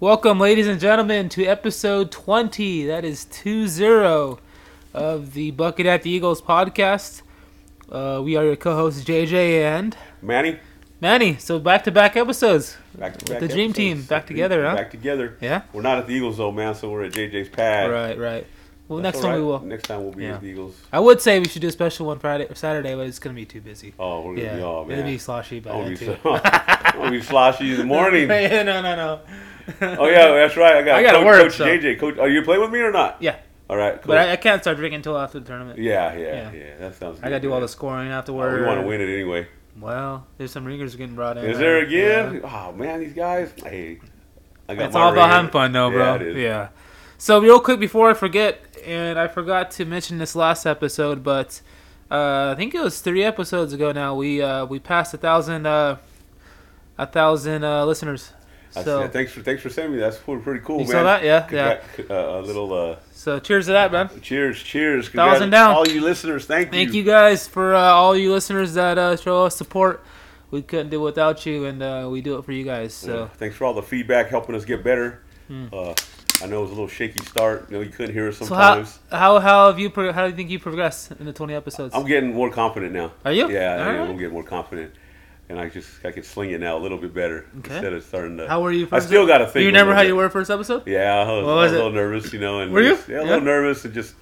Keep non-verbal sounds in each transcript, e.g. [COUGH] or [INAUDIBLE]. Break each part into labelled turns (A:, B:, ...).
A: Welcome, ladies and gentlemen, to episode 20. That is 2 0 of the Bucket at the Eagles podcast. Uh, we are your co hosts, JJ and
B: Manny,
A: Manny. So, back to back episodes.
B: back to back
A: the dream
B: episodes.
A: team, back together, huh?
B: Back together.
A: Yeah?
B: We're not at the Eagles though, man. So we're at JJ's pad.
A: Right, right. Well, next
B: That's all
A: time we
B: right.
A: will.
B: Next time we'll be
A: Yeah.
B: at the Eagles.
A: I would say we should do a special one Friday or Saturday, but it's going to be too busy.
B: Oh, we're gonna
A: yeah.
B: be all man.
A: It'll be sloshy by
B: I'm gonna
A: then,
B: be,
A: too.
B: so,
A: [LAUGHS]
B: I'm gonna be sloshy in the morning. oh
A: Yeah, no, no, no.
B: yeah, that's right. I got.
A: I gotta
B: coach,
A: work,
B: Coach
A: so-
B: JJ. Coach, are you playing with me or not?
A: Yeah,
B: All right. Cool.
A: but I, I can't start drinking until after the tournament.
B: yeah, yeah,
A: Yeah.
B: yeah, That sounds. Good,
A: I got to do all
B: man.
A: the scoring
B: Oh,
A: afterwards.
B: we want to win it anyway.
A: Well, there's some ringers getting brought in.
B: Is there
A: uh, yeah.
B: again? Oh man, these guys. Hey, I got
A: It's
B: my
A: all about
B: right
A: having
B: here.
A: fun, though, bro.
B: Yeah, it is.
A: Yeah. So real quick before I forget, and I forgot to mention this last episode, but uh, I think it was three episodes ago now. We uh, we passed a thousand uh, a thousand uh, listeners.
B: I
A: So
B: said, thanks for thanks for sending me. That's pretty pretty cool,
A: you
B: man.
A: saw that? Yeah, yeah.
B: Congrat- Uh, a little. Uh,
A: So cheers to that, man.
B: Cheers, cheers.
A: Thousand
B: Congrats-
A: down.
B: All you listeners, thank you.
A: Thank you guys for uh, all you listeners that uh, show us support. We couldn't do it without you, and uh, we do it for you guys.
B: Uh,
A: So Hmm.
B: thanks for all the feedback, helping us get better. Uh, I know it was a little shaky start. You know, you couldn't hear us
A: so how,
B: sometimes.
A: how how have you pro- how do you think you progressed in the 20 episodes?
B: I'm getting more confident now.
A: Are you?
B: Yeah, I am.
A: Alright.
B: I'm getting more confident, and I just I can sling it now a little bit better
A: Okay.
B: instead of starting to.
A: How were you?
B: I
A: First
B: still got to
A: You
B: think. a
A: remember
B: little
A: how
B: bit.
A: you were first episode?
B: Yeah, I was,
A: What
B: I was
A: was
B: a
A: it?
B: little nervous, you know. And
A: Were you?
B: just- yeah, a little
A: Yeah.
B: nervous and just.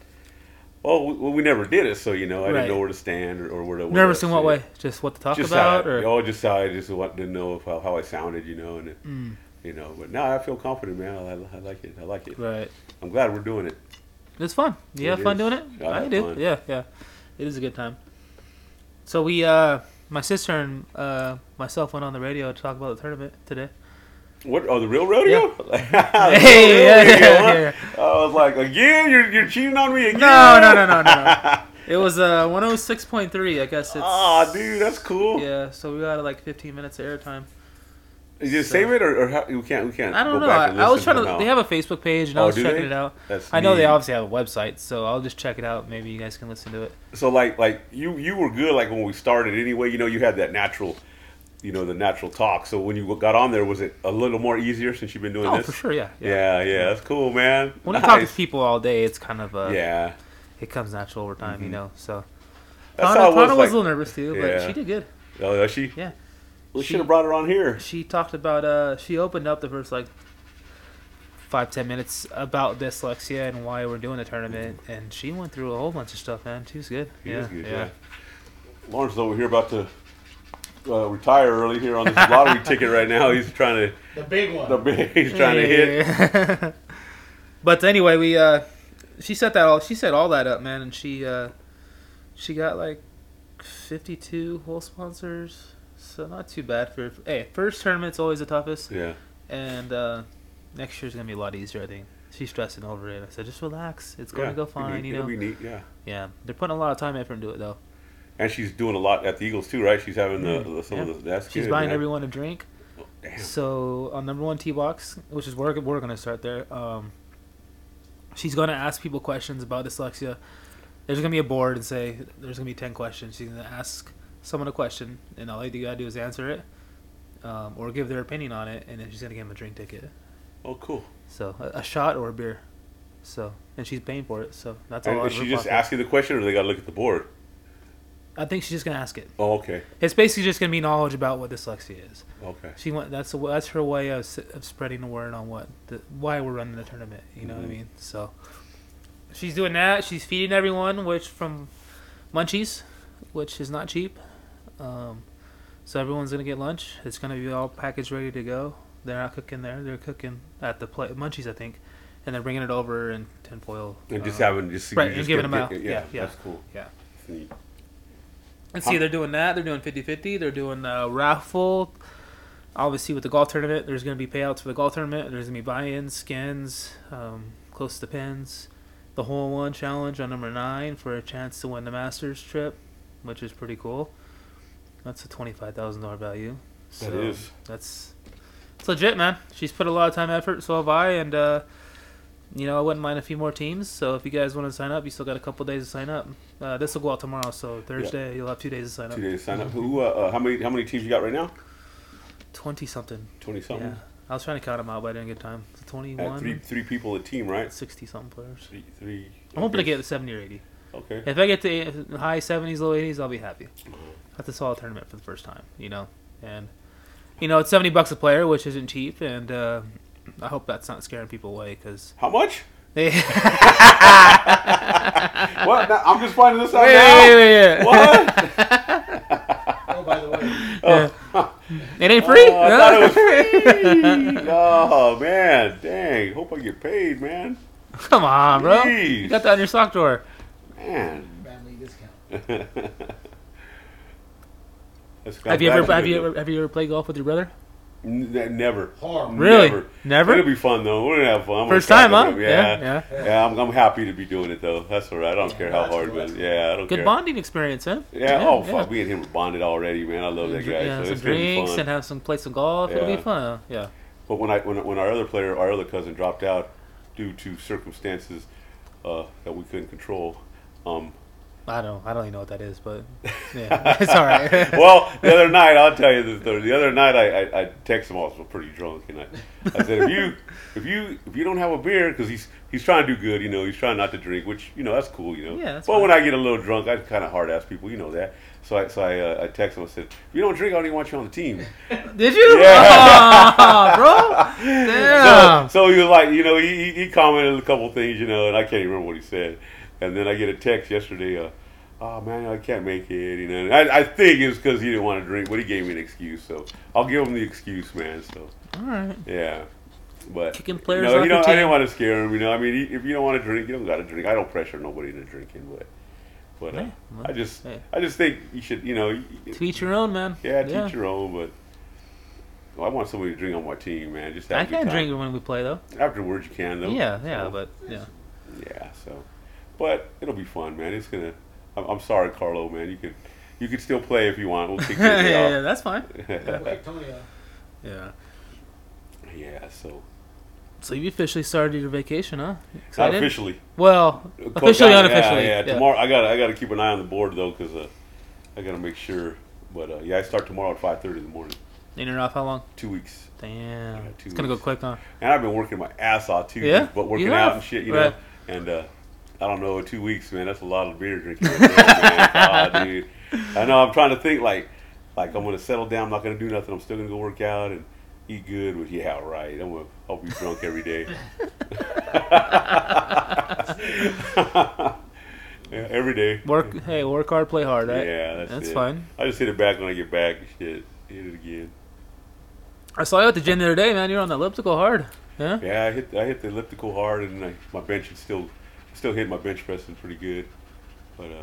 B: Well, we, well, we never did it, so you know, I
A: Right.
B: didn't know where to stand or, or where to. where
A: Nervous
B: to
A: in what
B: sit.
A: way? Just what to talk
B: just
A: about,
B: how I,
A: or
B: oh, just how I just want to know if, how, how I sounded, you know, and it-
A: Mm.
B: you know. But now I feel confident, man. I, I like it. I like it.
A: right?
B: I'm glad we're doing it.
A: It's fun. You
B: It
A: have fun
B: is.
A: doing it.
B: I
A: I
B: have
A: do.
B: fun.
A: Yeah, yeah. It is a good time. So we, uh my sister and uh myself went on the radio to talk about the tournament
B: [LAUGHS]
A: today.
B: What? Oh, [LAUGHS] the real rodeo? The
A: Hey,
B: real
A: yeah,
B: rodeo,
A: yeah,
B: huh? I was like, again, you're you're cheating on me again?
A: No, no, no, no, no. no. It was uh 106.3. I guess it's.
B: [LAUGHS] Ah, dude, that's cool.
A: Yeah, so we got like 15 minutes of airtime.
B: You just
A: So-
B: save it, or, or how, we can't, we can't.
A: I don't
B: go
A: know.
B: back
A: I,
B: and
A: I was
B: listen
A: trying to.
B: now.
A: They have a Facebook page, and I
B: Oh,
A: was
B: do
A: checking
B: they?
A: it out.
B: That's
A: I know they
B: neat.
A: obviously have a website, so I'll just check it out. Maybe you guys can listen to it.
B: So like, like you, you were good. Like when we started, anyway. You know, you had that natural, you know, the natural talk. So when you got on there, was it a little more easier since you've been doing
A: Oh,
B: this?
A: for sure. Yeah. Yeah.
B: Yeah, yeah, that's cool, man.
A: When
B: nice.
A: you talk to people all day, it's kind of uh,
B: yeah,
A: it comes natural over time, you know. So
B: Mm-hmm. that's
A: Tana,
B: how it
A: Tana
B: was.
A: was,
B: like,
A: a little nervous too, but
B: Yeah.
A: she did good.
B: oh, is she?
A: Yeah,
B: We
A: She-
B: should have brought her on here.
A: she talked about uh, she opened up the first like five ten minutes about dyslexia and why we're doing the tournament, and she went through a whole bunch of stuff, man. She was good.
B: Mm-hmm. She is good, yeah. Lawrence is over here about to uh, retire early here on this [LAUGHS] lottery ticket right now. He's trying
C: The big one.
B: to, [LAUGHS] the big, he's trying to hit.
A: hit. [LAUGHS] but anyway, we uh, she set that all she set all that up, man, and she uh, she got like fifty two whole sponsors, so not too bad for. Hey, first tournament's always the toughest,
B: Yeah,
A: and uh, next year's gonna be a lot easier, I think. She's stressing over it. I said, just relax. It's gonna
B: yeah.
A: go
B: It'll be
A: fine,
B: neat.
A: you
B: It'll
A: know.
B: be neat. Yeah,
A: yeah, they're putting a lot of time and effort into it, though.
B: and she's doing a lot at the Eagles too, right? She's having the,
A: Mm,
B: the some
A: yeah.
B: of the that's
A: She's
B: good,
A: buying
B: man.
A: everyone a drink.
B: Damn.
A: So on number one T box, which is where we're gonna start there. Um, she's gonna ask people questions about dyslexia. There's gonna be a board and say there's gonna be ten questions. She's gonna ask someone a question, and all they gotta do is answer it, um, or give their opinion on it, and then she's gonna give them a drink ticket.
B: Oh, cool.
A: So a, a shot or a beer. So and she's paying for it. So that's all.
B: And
A: out
B: is
A: of
B: she
A: her
B: just
A: pocket.
B: asking the question, or they got to look at the board?
A: I think she's just gonna ask it.
B: Oh, okay,
A: It's basically just gonna be knowledge about what dyslexia is.
B: okay.
A: She went. That's the, that's her way of, s- of spreading the word on what the, why we're running the tournament. You know what I
B: Mhm.
A: mean? So she's doing that. She's feeding everyone, which from munchies, which is not cheap. Um, so everyone's gonna get lunch. It's gonna be all packaged, ready to go. They're not cooking there. They're cooking at the play, munchies, I think, and they're bringing it over in tinfoil.
B: And just
A: uh,
B: having just
A: right,
B: you
A: and
B: just
A: giving
B: get-
A: them out.
B: Yeah,
A: Yeah, yeah.
B: that's cool.
A: Yeah.
B: That's neat.
A: And see, they're doing that. They're doing 50-50. They're doing a raffle. Obviously, with the golf tournament, there's going to be payouts for the golf tournament. There's going to be buy-ins, skins, um, close to the pins, the hole in one challenge on number nine for a chance to win the Masters trip, which is pretty cool. That's a twenty-five thousand dollar value. So
B: is.
A: That's it's legit, man. She's put a lot of time, and effort. So have I, and uh, you know, I wouldn't mind a few more teams. So if you guys want to sign up, you still got a couple days to sign up. Uh, this will go out tomorrow, so Thursday you'll have two days to sign up.
B: Two days sign up. Who? Uh, uh, how many? How many teams you got right now?
A: Twenty something.
B: Twenty something.
A: Yeah. I was trying to count them out, but I didn't get time.
B: Had
A: 21,
B: three three people a team, right?
A: 60 something players.
B: Three, three.
A: I'm hoping to get 70 or 80.
B: Okay.
A: If I get to eight- high 70s, low 80s, I'll be happy. That's a solid tournament for the first time, you know? And, you know, it's 70 bucks a player, which isn't cheap, and uh, I hope that's not scaring people away because
B: How much?
A: they. [LAUGHS]
B: What? Now- I'm just finding this out
A: Wait,
B: now.
A: wait, wait, wait.
B: What?
C: Oh, by the way,
B: [LAUGHS]
A: Yeah. It ain't [LAUGHS] free.
B: Oh, I thought it was free. oh man, dang! Hope I get paid, man.
A: [LAUGHS] Come on, bro. You
B: Jeez.
A: got that on your sock drawer.
B: Man. [LAUGHS]
C: family discount.
B: That's
A: have you ever
B: fantastic.
A: have you ever have you ever played golf with your brother?
B: N- that- never.
C: Harm.
A: Really?
B: Never.
A: Never?
B: It'll be fun though. We're gonna have fun. I'm gonna
A: First time,
B: crack it
A: huh? Yeah,
B: up. Yeah.
A: yeah.
B: Yeah, I'm, I'm happy to be doing it though. That's all right. I don't care how hard, but yeah, I don't
A: Good
B: care.
A: bonding experience, huh?
B: Yeah, oh
A: yeah.
B: fuck, me and him were bonded already, man. I love that guy.
A: yeah,
B: so
A: some
B: it's gonna be
A: drinks
B: fun.
A: and have some play some golf. It'll be
B: Yeah.
A: fun. Yeah.
B: But when I when, when our other player, our other cousin, dropped out due to circumstances uh, that we couldn't control. Um,
A: I don't I don't even know what that is,
B: [LAUGHS]
A: but yeah, [LAUGHS] it's all right.
B: well, the other night, I'll tell you this. The, the other night, I, I, I texted him. "Oh, I was pretty drunk, and I, I said, "If you if you if you don't have a beer, because he's he's trying to do good, you know, he's trying not to drink, which you know that's cool, you know.
A: Yeah, that's
B: but
A: fine.
B: when I get a little drunk, I kind of hard ass people, you know that. So I so I, uh, I texted him. I said, "If you don't drink, I don't even want you on the team."
A: Did you?
B: Yeah.
A: [LAUGHS] Aw,
B: [LAUGHS]
A: bro. Damn.
B: So, so he was like, you know, he, he- he commented a couple things, you know, and I can't even remember what he said. And then I get a text yesterday, uh, oh man, I can't make it, you know. And I, I think it's because he didn't want to drink, but he gave me an excuse, so I'll give him the excuse, man. So
A: all right.
B: yeah, but
A: Kicking players
B: you know,
A: off
B: you
A: your
B: know, I
A: team.
B: didn't want to scare him, you know. I mean, he, if you don't want to drink, you don't got to drink. I don't pressure nobody into drinking, but but uh,
A: Yeah, well,
B: I just
A: hey.
B: I just think you should, you know, you-
A: To each your own, man.
B: yeah, teach your own, but. I want somebody to drink on my team, man. Just have
A: I
B: a good
A: can
B: time.
A: drink when we play though.
B: Afterwards, you can though.
A: Yeah, yeah,
B: So,
A: but yeah.
B: yeah. So, but it'll be fun, man. It's gonna. I'm, I'm sorry, Carlo, man. You could, you could still play if you want. We'll kick
A: [LAUGHS]
B: you
A: yeah, yeah,
B: off.
A: that's fine.
B: [LAUGHS]
C: Don't wake Tony uh, up.
A: Yeah.
B: Yeah. So
A: So you officially started your vacation, huh?
B: not
A: Excited?
B: officially.
A: Well,
B: Close
A: officially,
B: down,
A: unofficially.
B: Yeah, yeah.
A: yeah.
B: Tomorrow, I gotta, I gotta keep an eye on the board though, cause uh, I gotta make sure. But uh, yeah, I start tomorrow at 5:30 in the morning.
A: And you're off how long?
B: Two weeks,
A: Damn.
B: Yeah,
A: it's
B: two
A: gonna go
B: weeks.
A: quick, huh?
B: and I've been working my ass off too.
A: Yeah?
B: But
A: You
B: working
A: have.
B: out and shit, you
A: Right.
B: know. And uh, I don't know, two weeks, man. That's a lot of beer drinking. [LAUGHS] Right there, man. God, dude. I know. I'm trying to think like, like I'm gonna settle down. I'm not gonna do nothing. I'm still gonna go work out and eat good. But yeah, right. I'm gonna. I'll be drunk every day. [LAUGHS] yeah, every day.
A: Work. Hey, work hard, play hard, right?
B: Yeah, that's,
A: That's
B: it.
A: fine.
B: I just hit it back when I get back. Shit, hit it again.
A: I saw you at the gym the other day, man. You're on the elliptical hard. Yeah.
B: Yeah, I hit I hit the elliptical hard, and I, my bench is still still hitting my bench pressing pretty good. But uh,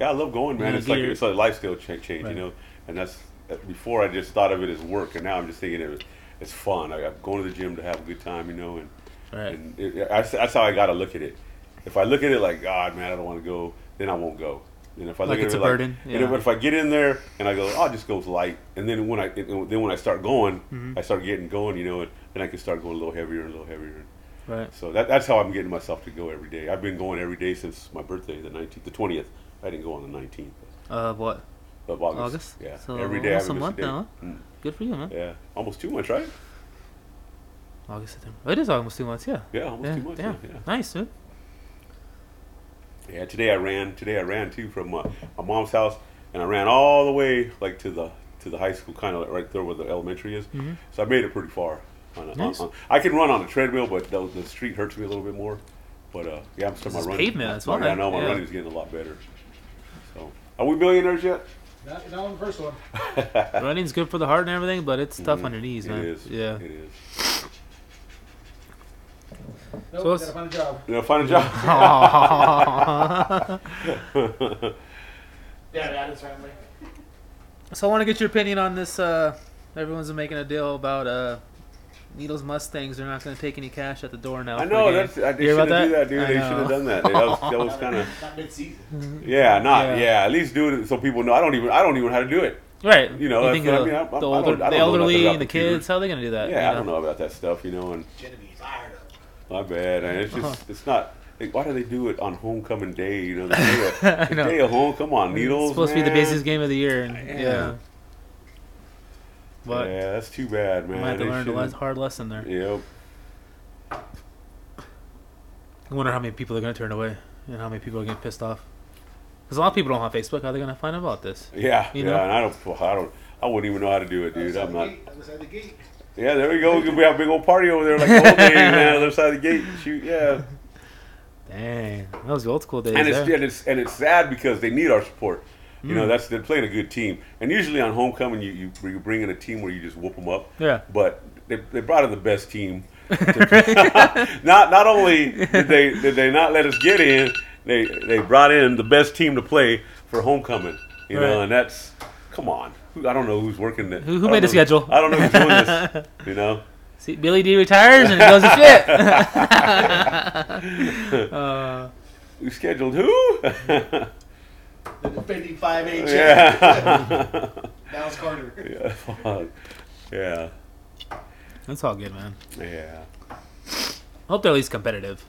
B: yeah, I love going, man.
A: Yeah,
B: It's like
A: get your-
B: it's like a lifestyle cha- change,
A: Right.
B: you know. And that's that- before I just thought of it as work, and now I'm just thinking of it as fun. I, I'm going to the gym to have a good time, you know. And,
A: Right.
B: and it, it- that's, that's how I got to look at it. If I look at it like God, man, I don't want to go, then I won't go. And if I
A: Like
B: look
A: it's
B: at
A: a
B: it
A: burden,
B: and if-
A: yeah.
B: if I get in there and I go, I'll just go light, and then when I it- then when I start going,
A: Mm-hmm.
B: I start getting going, you know, and then I can start going a little heavier and a little heavier.
A: Right.
B: So that, that's how I'm getting myself to go every day. I've been going every day since my birthday, the 19th, the 20th. I didn't go on the 19th
A: Uh, what?
B: of August.
A: August?
B: Yeah,
A: So
B: every day. I
A: almost a month
B: haven't missed day.
A: now,
B: Mm.
A: Good for you, man.
B: Yeah, almost two months, right?
A: August, September. It is almost two months. Yeah.
B: Yeah, almost
A: yeah.
B: two months.
A: damn.
B: yeah, yeah.
A: Nice,
B: [LAUGHS]
A: dude.
B: Yeah, today I ran. Today I ran too from uh, my mom's house, and I ran all the way like to the to the high school, kind of right there where the elementary is. So I made it pretty far. On a,
A: Mm-hmm. Nice.
B: on, on- I can run on a treadmill, but the, the street hurts me a little bit more. But uh, yeah, I'm still
A: This
B: my
A: is
B: running.
A: pavement, that's
B: my-
A: why.
B: I know my
A: Yeah.
B: running's getting a lot better. So, are we millionaires yet?
C: Not, not on the first one.
A: Running's good for the heart and everything, but it's tough on your knees, man.
B: Mm-hmm. It is.
A: Yeah.
B: It is.
C: Nope,
A: So it's-
C: gotta find a job.
B: You know,
A: [LAUGHS]
B: find a job. [LAUGHS]
C: Yeah, that is family.
A: so I want to get your opinion on this. Uh, everyone's been making a deal about uh, Needles Mustangs. They're not going to take any cash at the door now.
B: [LAUGHS] I
A: for
B: know
A: the game.
B: that's. I, they
A: You hear
B: should
A: about
B: have do that, dude.
A: I
B: they should
A: know.
B: have done that. That was, that was
A: [LAUGHS]
B: kind of.
C: Not mid-season.
B: Yeah,
A: Yeah.
B: not yeah. At least do it so people know. I don't even. I don't even know how to do it.
A: [LAUGHS] Right.
B: You know,
A: think
B: that's
A: the,
B: what I mean. I- I- I
A: the,
B: don't-
A: older,
B: I don't know
A: the
B: nothing
A: elderly
B: about
A: and the
B: computers.
A: kids, how are they going to do that?
B: Yeah, I
A: you
B: don't know about that stuff, you know, and
C: Genevieve, I heard of.
B: my bad. And it's
A: Uh-huh.
B: just, it's not. Like, why do they do it on homecoming day?
A: [LAUGHS]
B: You know, the day of,
A: I
B: the
A: know.
B: day of home. Come on,
A: It's
B: needles.
A: supposed to be the
B: man.
A: busiest game of the year. And, yeah.
B: Yeah.
A: But
B: yeah, that's too bad, man.
A: I might have to
B: They
A: learn a les-
B: should've-
A: hard lesson there.
B: Yep.
A: I wonder how many people they're going to turn away and how many people are getting pissed off. Because a lot of people don't have Facebook. How are they going to find out about this?
B: Yeah.
A: You
B: yeah.
A: know?
B: And I don't. I don't. I wouldn't even know how to do it, dude.
C: Outside
B: I'm
C: the
B: not.
C: gate, other side of the gate.
B: Yeah, there we go. We have a big old party over
A: [LAUGHS]
B: there, like the old days, man. Other side of the gate. Shoot, yeah.
A: Dang, that was the old school days. eh?
B: and it's,
A: there.
B: and it's and it's sad because they need our support. You
A: Mm.
B: know, that's they're playing a good team, and usually on homecoming you you, you bring in a team where you just whoop them up.
A: Yeah.
B: But they, they brought in the
A: [LAUGHS]
B: best team. [LAUGHS] not not only did they did they not let us get in, they they brought in the best team to play for homecoming. You know,
A: Right.
B: and that's come on. Who- I don't know who's working that.
A: Who- who made the schedule?
B: I don't know who's
A: [LAUGHS]
B: doing this. You know.
A: See, Billy D retires and it goes to
B: [LAUGHS]
A: shit. [LAUGHS] uh,
B: Who scheduled who? [LAUGHS]
C: The 55 H.
B: yeah. [LAUGHS]
C: Dallas Carter.
B: yeah. fuck. Yeah.
A: that's all good, man.
B: Yeah.
A: I hope they're at least competitive.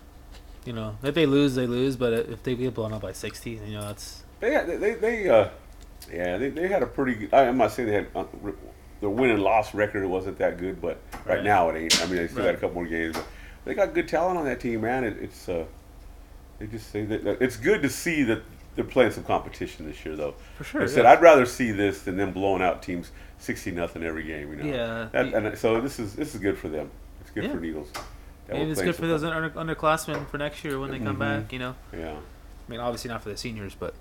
A: You know, if they lose, they lose. But if they get blown out by sixty, you know that's
B: They they they uh, yeah they, they had a pretty. Good, I, I'm not saying they had uh, re- their win and loss record wasn't that good, but right,
A: Right.
B: now it ain't. I mean, they still
A: Right.
B: got a couple more games, but they got good talent on that team, man. It, it's uh, they just say that that- it's good to see that they're playing some competition this year, though.
A: for sure.
B: They said I'd rather see this than them blowing out teams sixty nothing every game. You know.
A: Yeah.
B: That, and so this is this is good for them. It's good
A: Yeah.
B: for Needles. That
A: Maybe
B: we're
A: it's
B: playing
A: good for
B: some-
A: those under, underclassmen for next year when they come
B: Mhm.
A: back. You know,
B: Yeah.
A: I mean, obviously not for the seniors, but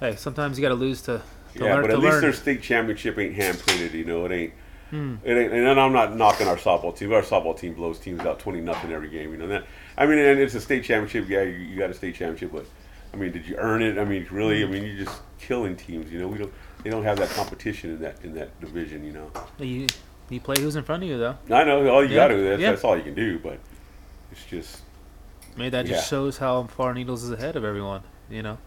A: hey, sometimes you got to lose to to
B: yeah,
A: learn
B: but
A: to
B: at least
A: learn.
B: their state championship ain't hand printed. You know, it ain't.
A: Hmm.
B: It ain't, and I'm not knocking our softball team. Our softball team blows teams out twenty nothing every game. You know that. I mean, and it's a state championship. Yeah, you, you got a state championship, but I mean, did you earn it? I mean, really?
A: Hmm.
B: I mean, you're just killing teams. You know, we don't. They don't have that competition in that in that division. You know.
A: You you play who's in front of you though.
B: I know all you
A: Yeah,
B: got to. That's,
A: yeah.
B: that's all you can do. But it's just
A: Maybe that just
B: Yeah.
A: shows how far Needles is ahead of everyone, you know.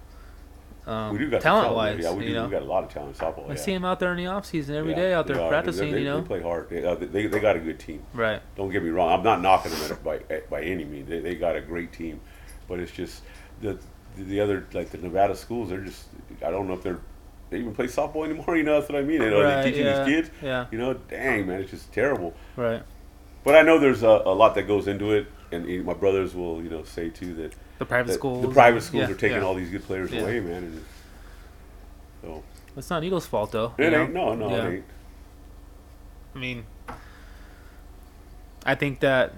A: Um,
B: we do got some
A: talent
B: talent.
A: wise,
B: Yeah, we do.
A: you know.
B: We got a lot of talent in softball.
A: I
B: yeah.
A: see him out there in the off season every
B: Yeah,
A: day out there
B: they are. They-
A: practicing,
B: they,
A: you know.
B: they play hard. They, uh, they, they got a good team.
A: Right.
B: Don't get me wrong. I'm not knocking them at, by at, by any means. They, they got a great team, but it's just the the other like the Nevada schools. They're just I don't know if they're they even play softball anymore. [LAUGHS] You know that's what I mean? You know,
A: Right,
B: they're teaching
A: yeah,
B: these kids.
A: yeah.
B: You know, dang man, it's just terrible.
A: Right.
B: But I know there's a, a lot that goes into it, and eh, my brothers will you know say too that
A: The private
B: that
A: schools.
B: the private
A: and-
B: schools
A: yeah,
B: are taking
A: yeah.
B: all these good players
A: Yeah.
B: away, man. And so
A: It's not Needles' fault though.
B: it
A: you know?
B: ain't no no
A: Yeah.
B: it ain't.
A: I mean, I think that.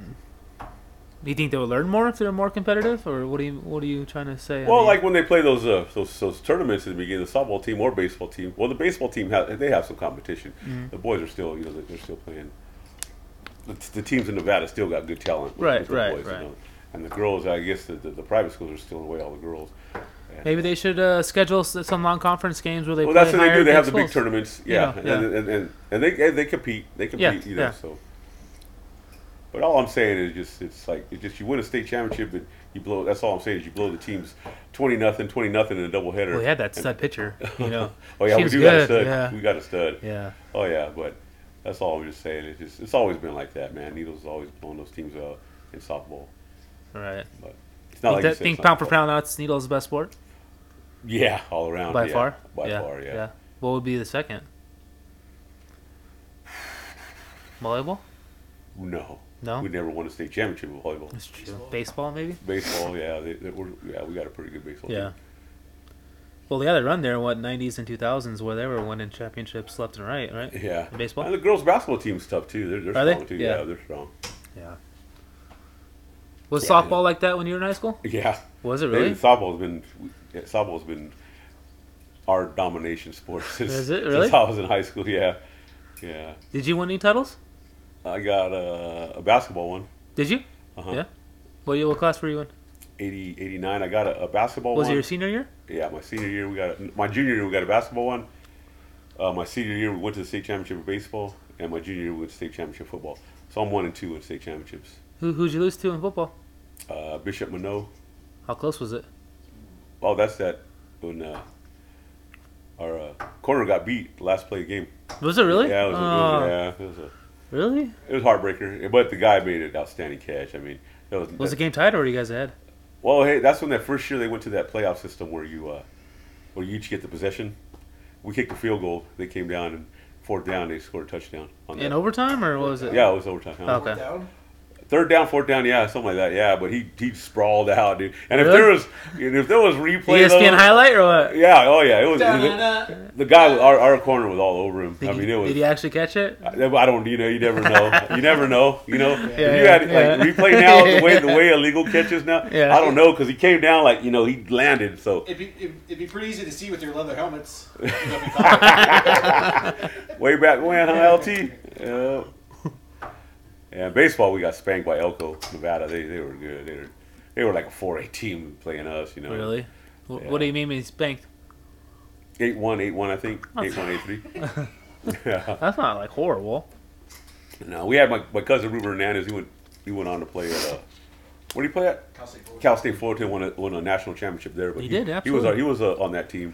A: Do you think they would learn more if they're more competitive, or what? Are you What are you trying to say? I
B: Well,
A: mean-
B: like when they play those uh, those those tournaments at the beginning, the softball team or baseball team. Well, the baseball team ha they have some competition.
A: Mm-hmm.
B: The boys are still you know they're- they're still playing. The, the teams in Nevada still got good talent.
A: Right,
B: the
A: right,
B: you
A: right.
B: know. And the girls, I guess the, the, the private schools are stealing away all the girls. And-
A: maybe they should uh, schedule s- some non-conference games where they.
B: well,
A: play
B: that's what they do. They
A: higher-ranked
B: have the big
A: schools.
B: tournaments, yeah,
A: Yeah,
B: And, and, and and they and they compete. They compete, you know.
A: yeah.
B: So, but all I'm saying is just it's like it's just you win a state championship and you blow. That's all I'm saying is you blow the teams twenty nothing, twenty nothing in a doubleheader.
A: Well, we had that stud pitcher, you know.
B: [LAUGHS] Oh yeah,
A: She
B: we
A: was
B: do got a
A: good,
B: stud.
A: yeah.
B: We got a stud.
A: Yeah.
B: Oh yeah, but that's all I'm just saying. It's just it's always been like that, man. Needles has always blown those teams out in softball,
A: All right.
B: but it's not
A: think
B: like you
A: that,
B: said,
A: think
B: it's not
A: pound for
B: football.
A: pound, that's Needles' best sport
B: Yeah, all around.
A: by
B: Oh, yeah.
A: far.
B: By far, yeah.
A: What would be the second? Volleyball?
B: No,
A: No,
B: we never won a state championship with volleyball.
A: that's true. Baseball, maybe.
B: Baseball, yeah, they, they, we're, yeah, we got a pretty good baseball.
A: Yeah.
B: team.
A: Well, they had a run there, what '90s and 2000s, where they were winning championships left and right, right?
B: yeah.
A: And baseball?
B: and the girls' basketball team's tough too. They're, they're
A: Are they?
B: strong too.
A: Yeah.
B: Yeah. they're strong. [LAUGHS]
A: Yeah. Was
B: Yeah.
A: softball like that when you were in high school?
B: Yeah,
A: Was it
B: They-
A: really?
B: softball's been yeah, softball's been our domination sport [LAUGHS] since,
A: Is it
B: since
A: really?
B: I was in high school. Yeah, yeah.
A: Did you win any titles?
B: I got a, a basketball one.
A: Did you?
B: Uh-huh.
A: Yeah. What year? What class were you in?
B: 80, 89, I got a, a basketball
A: Was it
B: one.
A: your senior year?
B: yeah, my senior year we got a, my junior year we got a basketball one. Uh, my senior year we went to the state championship of baseball, and my junior year we went to state championship football. So I'm one and two in state championships.
A: Who who'd you lose to in football?
B: Uh, Bishop Minot.
A: How close was it?
B: Oh, that's that when uh, our uh, corner got beat last play of the game.
A: Was it really?
B: Yeah, it was, a,
A: Oh,
B: yeah, it was a
A: Really?
B: it was heartbreaker. But the guy made an outstanding catch. I mean, that was,
A: Was the game tied or were you guys ahead?
B: Well, hey, that's when that first year they went to that playoff system where you, uh, where you each get the possession, we kicked a field goal. They came down and fourth down. They scored a touchdown on that.
A: In overtime or what was it?
B: yeah, it was overtime. huh?
A: Okay.
C: Down.
B: Third down, fourth down, yeah, something like that. Yeah, but he he sprawled out, dude. And if
A: Really? E
B: there was and if there was replay,
A: ESPN
B: though-
A: highlight or what?
B: yeah, oh yeah, it was
C: Da-da-da.
B: the guy. Our, our corner was all over him.
A: Did,
B: I mean,
A: he,
B: it was.
A: did he actually catch it?
B: I I don't, you know, you
A: [LAUGHS]
B: never know. You never know, you know. if you
A: yeah,
B: had
A: yeah.
B: like replay now the way
A: [LAUGHS]
B: the way illegal catches now.
A: Yeah.
B: I don't know because he came down like you know he landed. So
C: It'd be, it'd, it'd be pretty easy to see with your
B: [LAUGHS]
C: leather helmets. You'd be fine.
B: way back when, huh, LT? Yeah. Yeah, baseball we got spanked by Elko, Nevada. They they were good. They were they were like a four A team playing us. You know,
A: Really? Wh-
B: Yeah.
A: What do you mean he's spanked?
B: eight one eight one
A: [LAUGHS]
B: I think eight one eight three. Yeah.
A: That's not like horrible.
B: No, we had my, my cousin Ruben Hernandez. He went he went on to play at uh, where did he play at?
C: Cal State Fullerton.
B: Cal State Fullerton won a, won a national championship there. But
A: He did, absolutely.
B: He was uh, he was uh, on that team.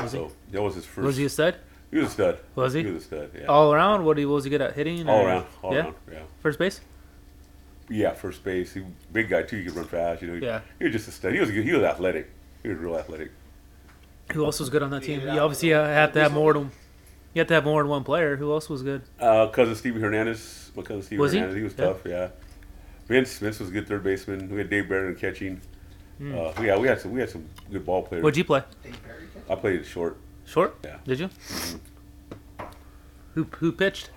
A: Was he?
B: so that was his first.
A: Was he a stud?
B: he was a stud.
A: Was he?
B: He was a stud. Yeah.
A: All around? What, he, what was he good at? Hitting?
B: All
A: or-
B: around. All
A: yeah?
B: around. Yeah.
A: First base?
B: Yeah. First base. He big guy too. He could run fast. You know.
A: Yeah.
B: He was just a stud. He was good. He was athletic. He was real athletic.
A: Who else was good on that team?
C: Yeah.
A: You obviously ha- have to have more than you have to have more than one player. Who else was good?
B: Uh, cousin Stevie Hernandez. My cousin Stevie
A: Was he?
B: Hernandez. He, was
A: Yeah.
B: tough. Yeah. Vince Vince was a good third baseman. We had Dave Barron in catching. Uh, yeah, we had some we had some good ball players.
A: Hmm. What'd you play?
C: Dave Barry catch?
B: I played it short.
A: Short?
B: Yeah. Mm-hmm.
A: Did you? Who who pitched?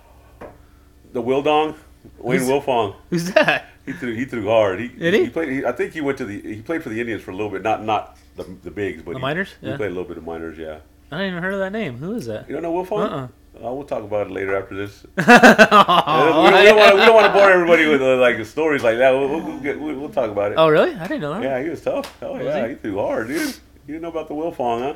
B: The Wildong, Wayne
A: Who's-
B: Wilfong.
A: Who's that? [LAUGHS]
B: He threw. He threw hard. He,
A: Did he?
B: played. He, I think he went to the. He played for the Indians for a little bit. Not not the, the bigs, but
A: The
B: he,
A: minors?
B: He
A: Yeah.
B: played a little bit of minors. Yeah.
A: I didn't even heard of that name. Who is that?
B: You don't know Wilfong?
A: Uh-uh.
B: Uh, we'll talk about it later after this.
A: [LAUGHS] oh,
B: we, don't wanna, we don't want to bore everybody with uh, like stories like that. We'll, we'll, we'll get, we'll, we'll talk about it.
A: really? I didn't know that.
B: Yeah, he was tough. Oh
A: Oh. Was
B: yeah,
A: he?
B: he? threw hard, dude. You didn't know about the Wilfong, huh?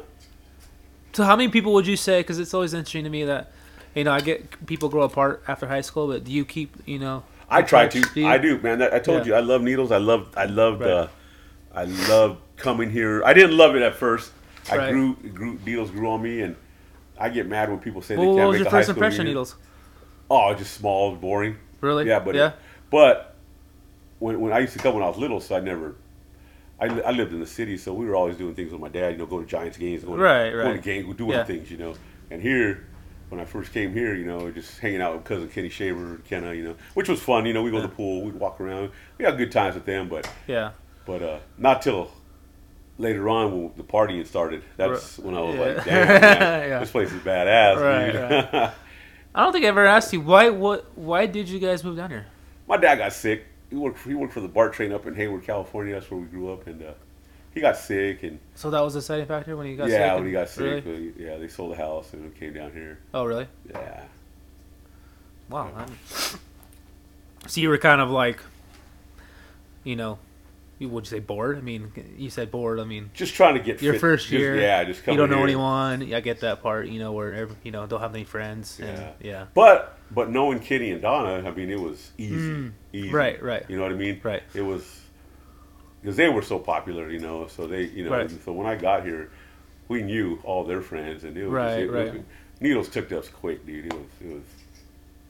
A: So how many people would you say? Because it's always interesting to me that you know I get people grow apart after high school, but do you keep you know?
B: I
A: in
B: try
A: touch?
B: to.
A: you-
B: I do, man. That, I told
A: Yeah.
B: you, I love needles. I love. I loved.
A: Right.
B: Uh, I loved coming here. I didn't love it at first. I
A: Right.
B: grew, grew. Needles grew on me, and I get mad when people say
A: Well,
B: they
A: what
B: can't
A: was
B: make
A: your
B: the high
A: first
B: school
A: impression,
B: reunion.
A: Needles?
B: Oh, just small, boring.
A: Really?
B: Yeah, but
A: yeah.
B: but when when I used to come when I was little, so I never. I, li- I lived in the city, so we were always doing things with my dad. You know, going to Giants games, going
A: Right,
B: to,
A: right.
B: going to games, doing
A: Yeah.
B: things. You know, and here. When I first came here, you know, just hanging out with cousin Kenny Shaver, Kenna, you know, which was fun. You know, we go to the pool, we'd walk around, we had good times with them, but
A: Yeah.
B: but uh, not till later on when the partying started. That's when I was like,
A: Yeah.
B: damn,
A: [LAUGHS]
B: man,
A: Yeah.
B: this place is badass.
A: Right,
B: dude. [LAUGHS]
A: I don't think I ever asked you why. What? Why did you guys move down here?
B: My dad got sick. He worked. He worked for the BART train up in Hayward, California. That's where we grew up, and uh, he got sick. And
A: So that was a deciding factor when you got sick.
B: yeah, when
A: and-
B: he got
A: Really?
B: sick, uh, yeah, they sold the house and came down here.
A: Oh, really?
B: Yeah,
A: Wow. I'm- So you were kind of like, you know, you would you say bored? I mean, you said bored. I mean,
B: just trying to get
A: your
B: fit.
A: first
B: Just-
A: year.
B: yeah, just
A: you
B: coming
A: don't know
B: here.
A: anyone. I get that part. You know where every, you know don't have any friends. and-
B: Yeah.
A: yeah.
B: But but knowing Kenny and Donna, I mean, it was easy, easy.
A: Hmm. Right, right.
B: You know what I mean?
A: Right.
B: It was because they were so popular, you know. So they, you know,
A: Right.
B: so when I got here, we knew all their friends, and it was
A: Right,
B: it was-
A: right.
B: Needles took us quick, dude. It was it was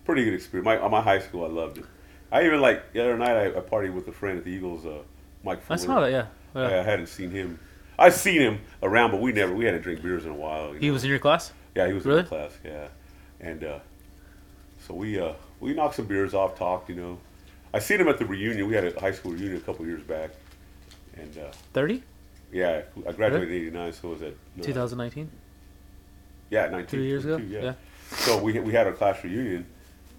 B: pretty good experience. My my high school, I loved it. I even like the other night, I, I partied with a friend at the Eagles, uh, Mike.
A: I
B: Fuller.
A: saw that. Yeah. Yeah.
B: I, I hadn't seen him. I've seen him around, but we never we hadn't drank beers in a while. you
A: He
B: know.
A: was in your class.
B: Yeah, he was
A: Really?
B: in the class. Yeah, and uh, so we uh, we knocked some beers off, talked. You know, I seen him at the reunion. We had a high school reunion a couple years back, and uh,
A: Thirty.
B: yeah, I graduated in '89, so it was at no,
A: 2019.
B: Yeah, 19,
A: Three years ago?
B: 22, Yeah.
A: Yeah.
B: So we we had our class reunion,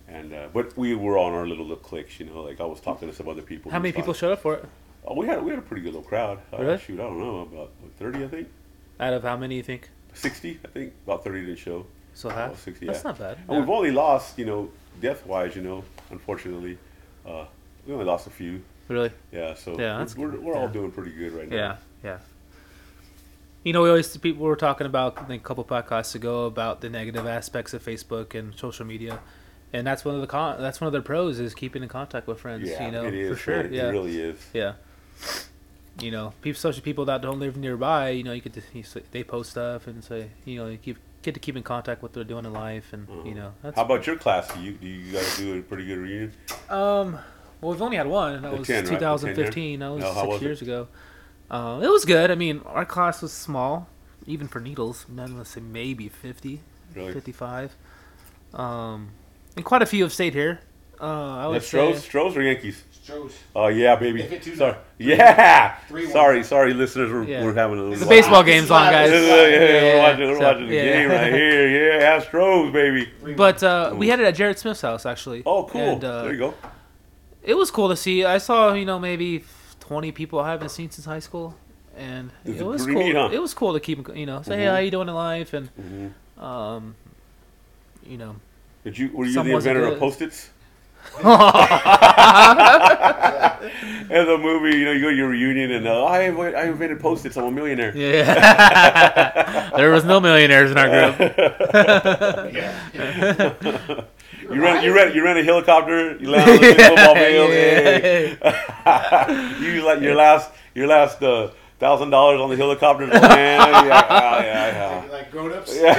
B: and uh, but we were on our little, little cliques. You know, like I was talking to some other people.
A: How
B: who
A: many
B: was
A: people
B: talking-
A: showed up for it?
B: Oh, we had we had a pretty good little crowd. Uh,
A: Really?
B: Shoot, I don't know about what, 30, I think.
A: Out of how many you think?
B: 60, I think. About 30 didn't show.
A: So
B: Oh,
A: half.
B: 60,
A: That's
B: yeah.
A: not bad.
B: And
A: Yeah.
B: we've only lost, you know, death wise, you know, unfortunately. Uh, we only lost a few.
A: Really.
B: Yeah, so
A: Yeah, that's
B: we're, we're,
A: good.
B: we're all
A: Yeah.
B: doing pretty good right now.
A: Yeah, yeah. You know, we always people were talking about I think, a couple podcasts ago about the negative aspects of Facebook and social media, and that's one of the con- that's one of their pros is keeping in contact with friends.
B: Yeah,
A: you know,
B: it is.
A: for sure.
B: man.
A: yeah,
B: It really is.
A: yeah. You know, people, especially people that don't live nearby. You know, you could you s- they post stuff and say you know you keep get to keep in contact with what they're doing in life, and
B: Mhm.
A: you know that's
B: How about your class? Do you, do you guys do a pretty good reunion?
A: um, well, we've only had one, and that
B: The
A: was
B: 10, right? The 10 year?
A: 2015. That was
B: No, how
A: six Uh,
B: was it?
A: years ago. Um, it was good. I mean, our class was small. even for needles, I'm gonna say maybe 50,
B: Really?
A: 55. Um, and quite a few have stayed here. Uh, I would
B: That's
A: say
B: Stros, Stros or Yankees?
C: Strohs.
B: Oh yeah, baby.
C: They hit two
B: Sorry.
C: now.
B: Yeah.
C: Three, one.
B: sorry, sorry, listeners. We're,
A: Yeah.
B: we're having a little.
A: the baseball
C: Wow.
A: game's on,
B: [LAUGHS] Yeah,
A: guys.
B: yeah, yeah, we're
A: Yeah,
B: watching, we're
A: so,
B: watching the
A: yeah.
B: game right here. Yeah, Astros, baby.
C: Three
A: But uh, we had it at Jared Smith's house actually.
B: Oh, cool.
A: And, uh,
B: there you go.
A: It was cool to see. I saw you know maybe 20 people I haven't seen since high school, and
B: This
A: it
B: is
A: was
B: pretty
A: cool.
B: neat, huh?
A: It was cool to keep you know say hey
B: Mhm.
A: how you doing in life and
B: Mhm.
A: um, you know. [LAUGHS]
B: Did you were you
A: Some
B: the
A: wasn't
B: inventor
A: good.
B: of post-its?
C: one.
B: And the movie, you know, you go to your reunion and uh, I inv- I invented post-its. I'm a millionaire.
A: Yeah. [LAUGHS] there was no millionaires in our
B: [LAUGHS]
A: group.
C: yeah.
B: You ran, you ran, you ran a helicopter. You landed on the
A: [LAUGHS]
B: football field. yeah. [LAUGHS] you used, like your last, your last uh, thousand dollars on the helicopter. Oh, man. Yeah, yeah, yeah,
C: Like, like grown ups.
B: Yeah.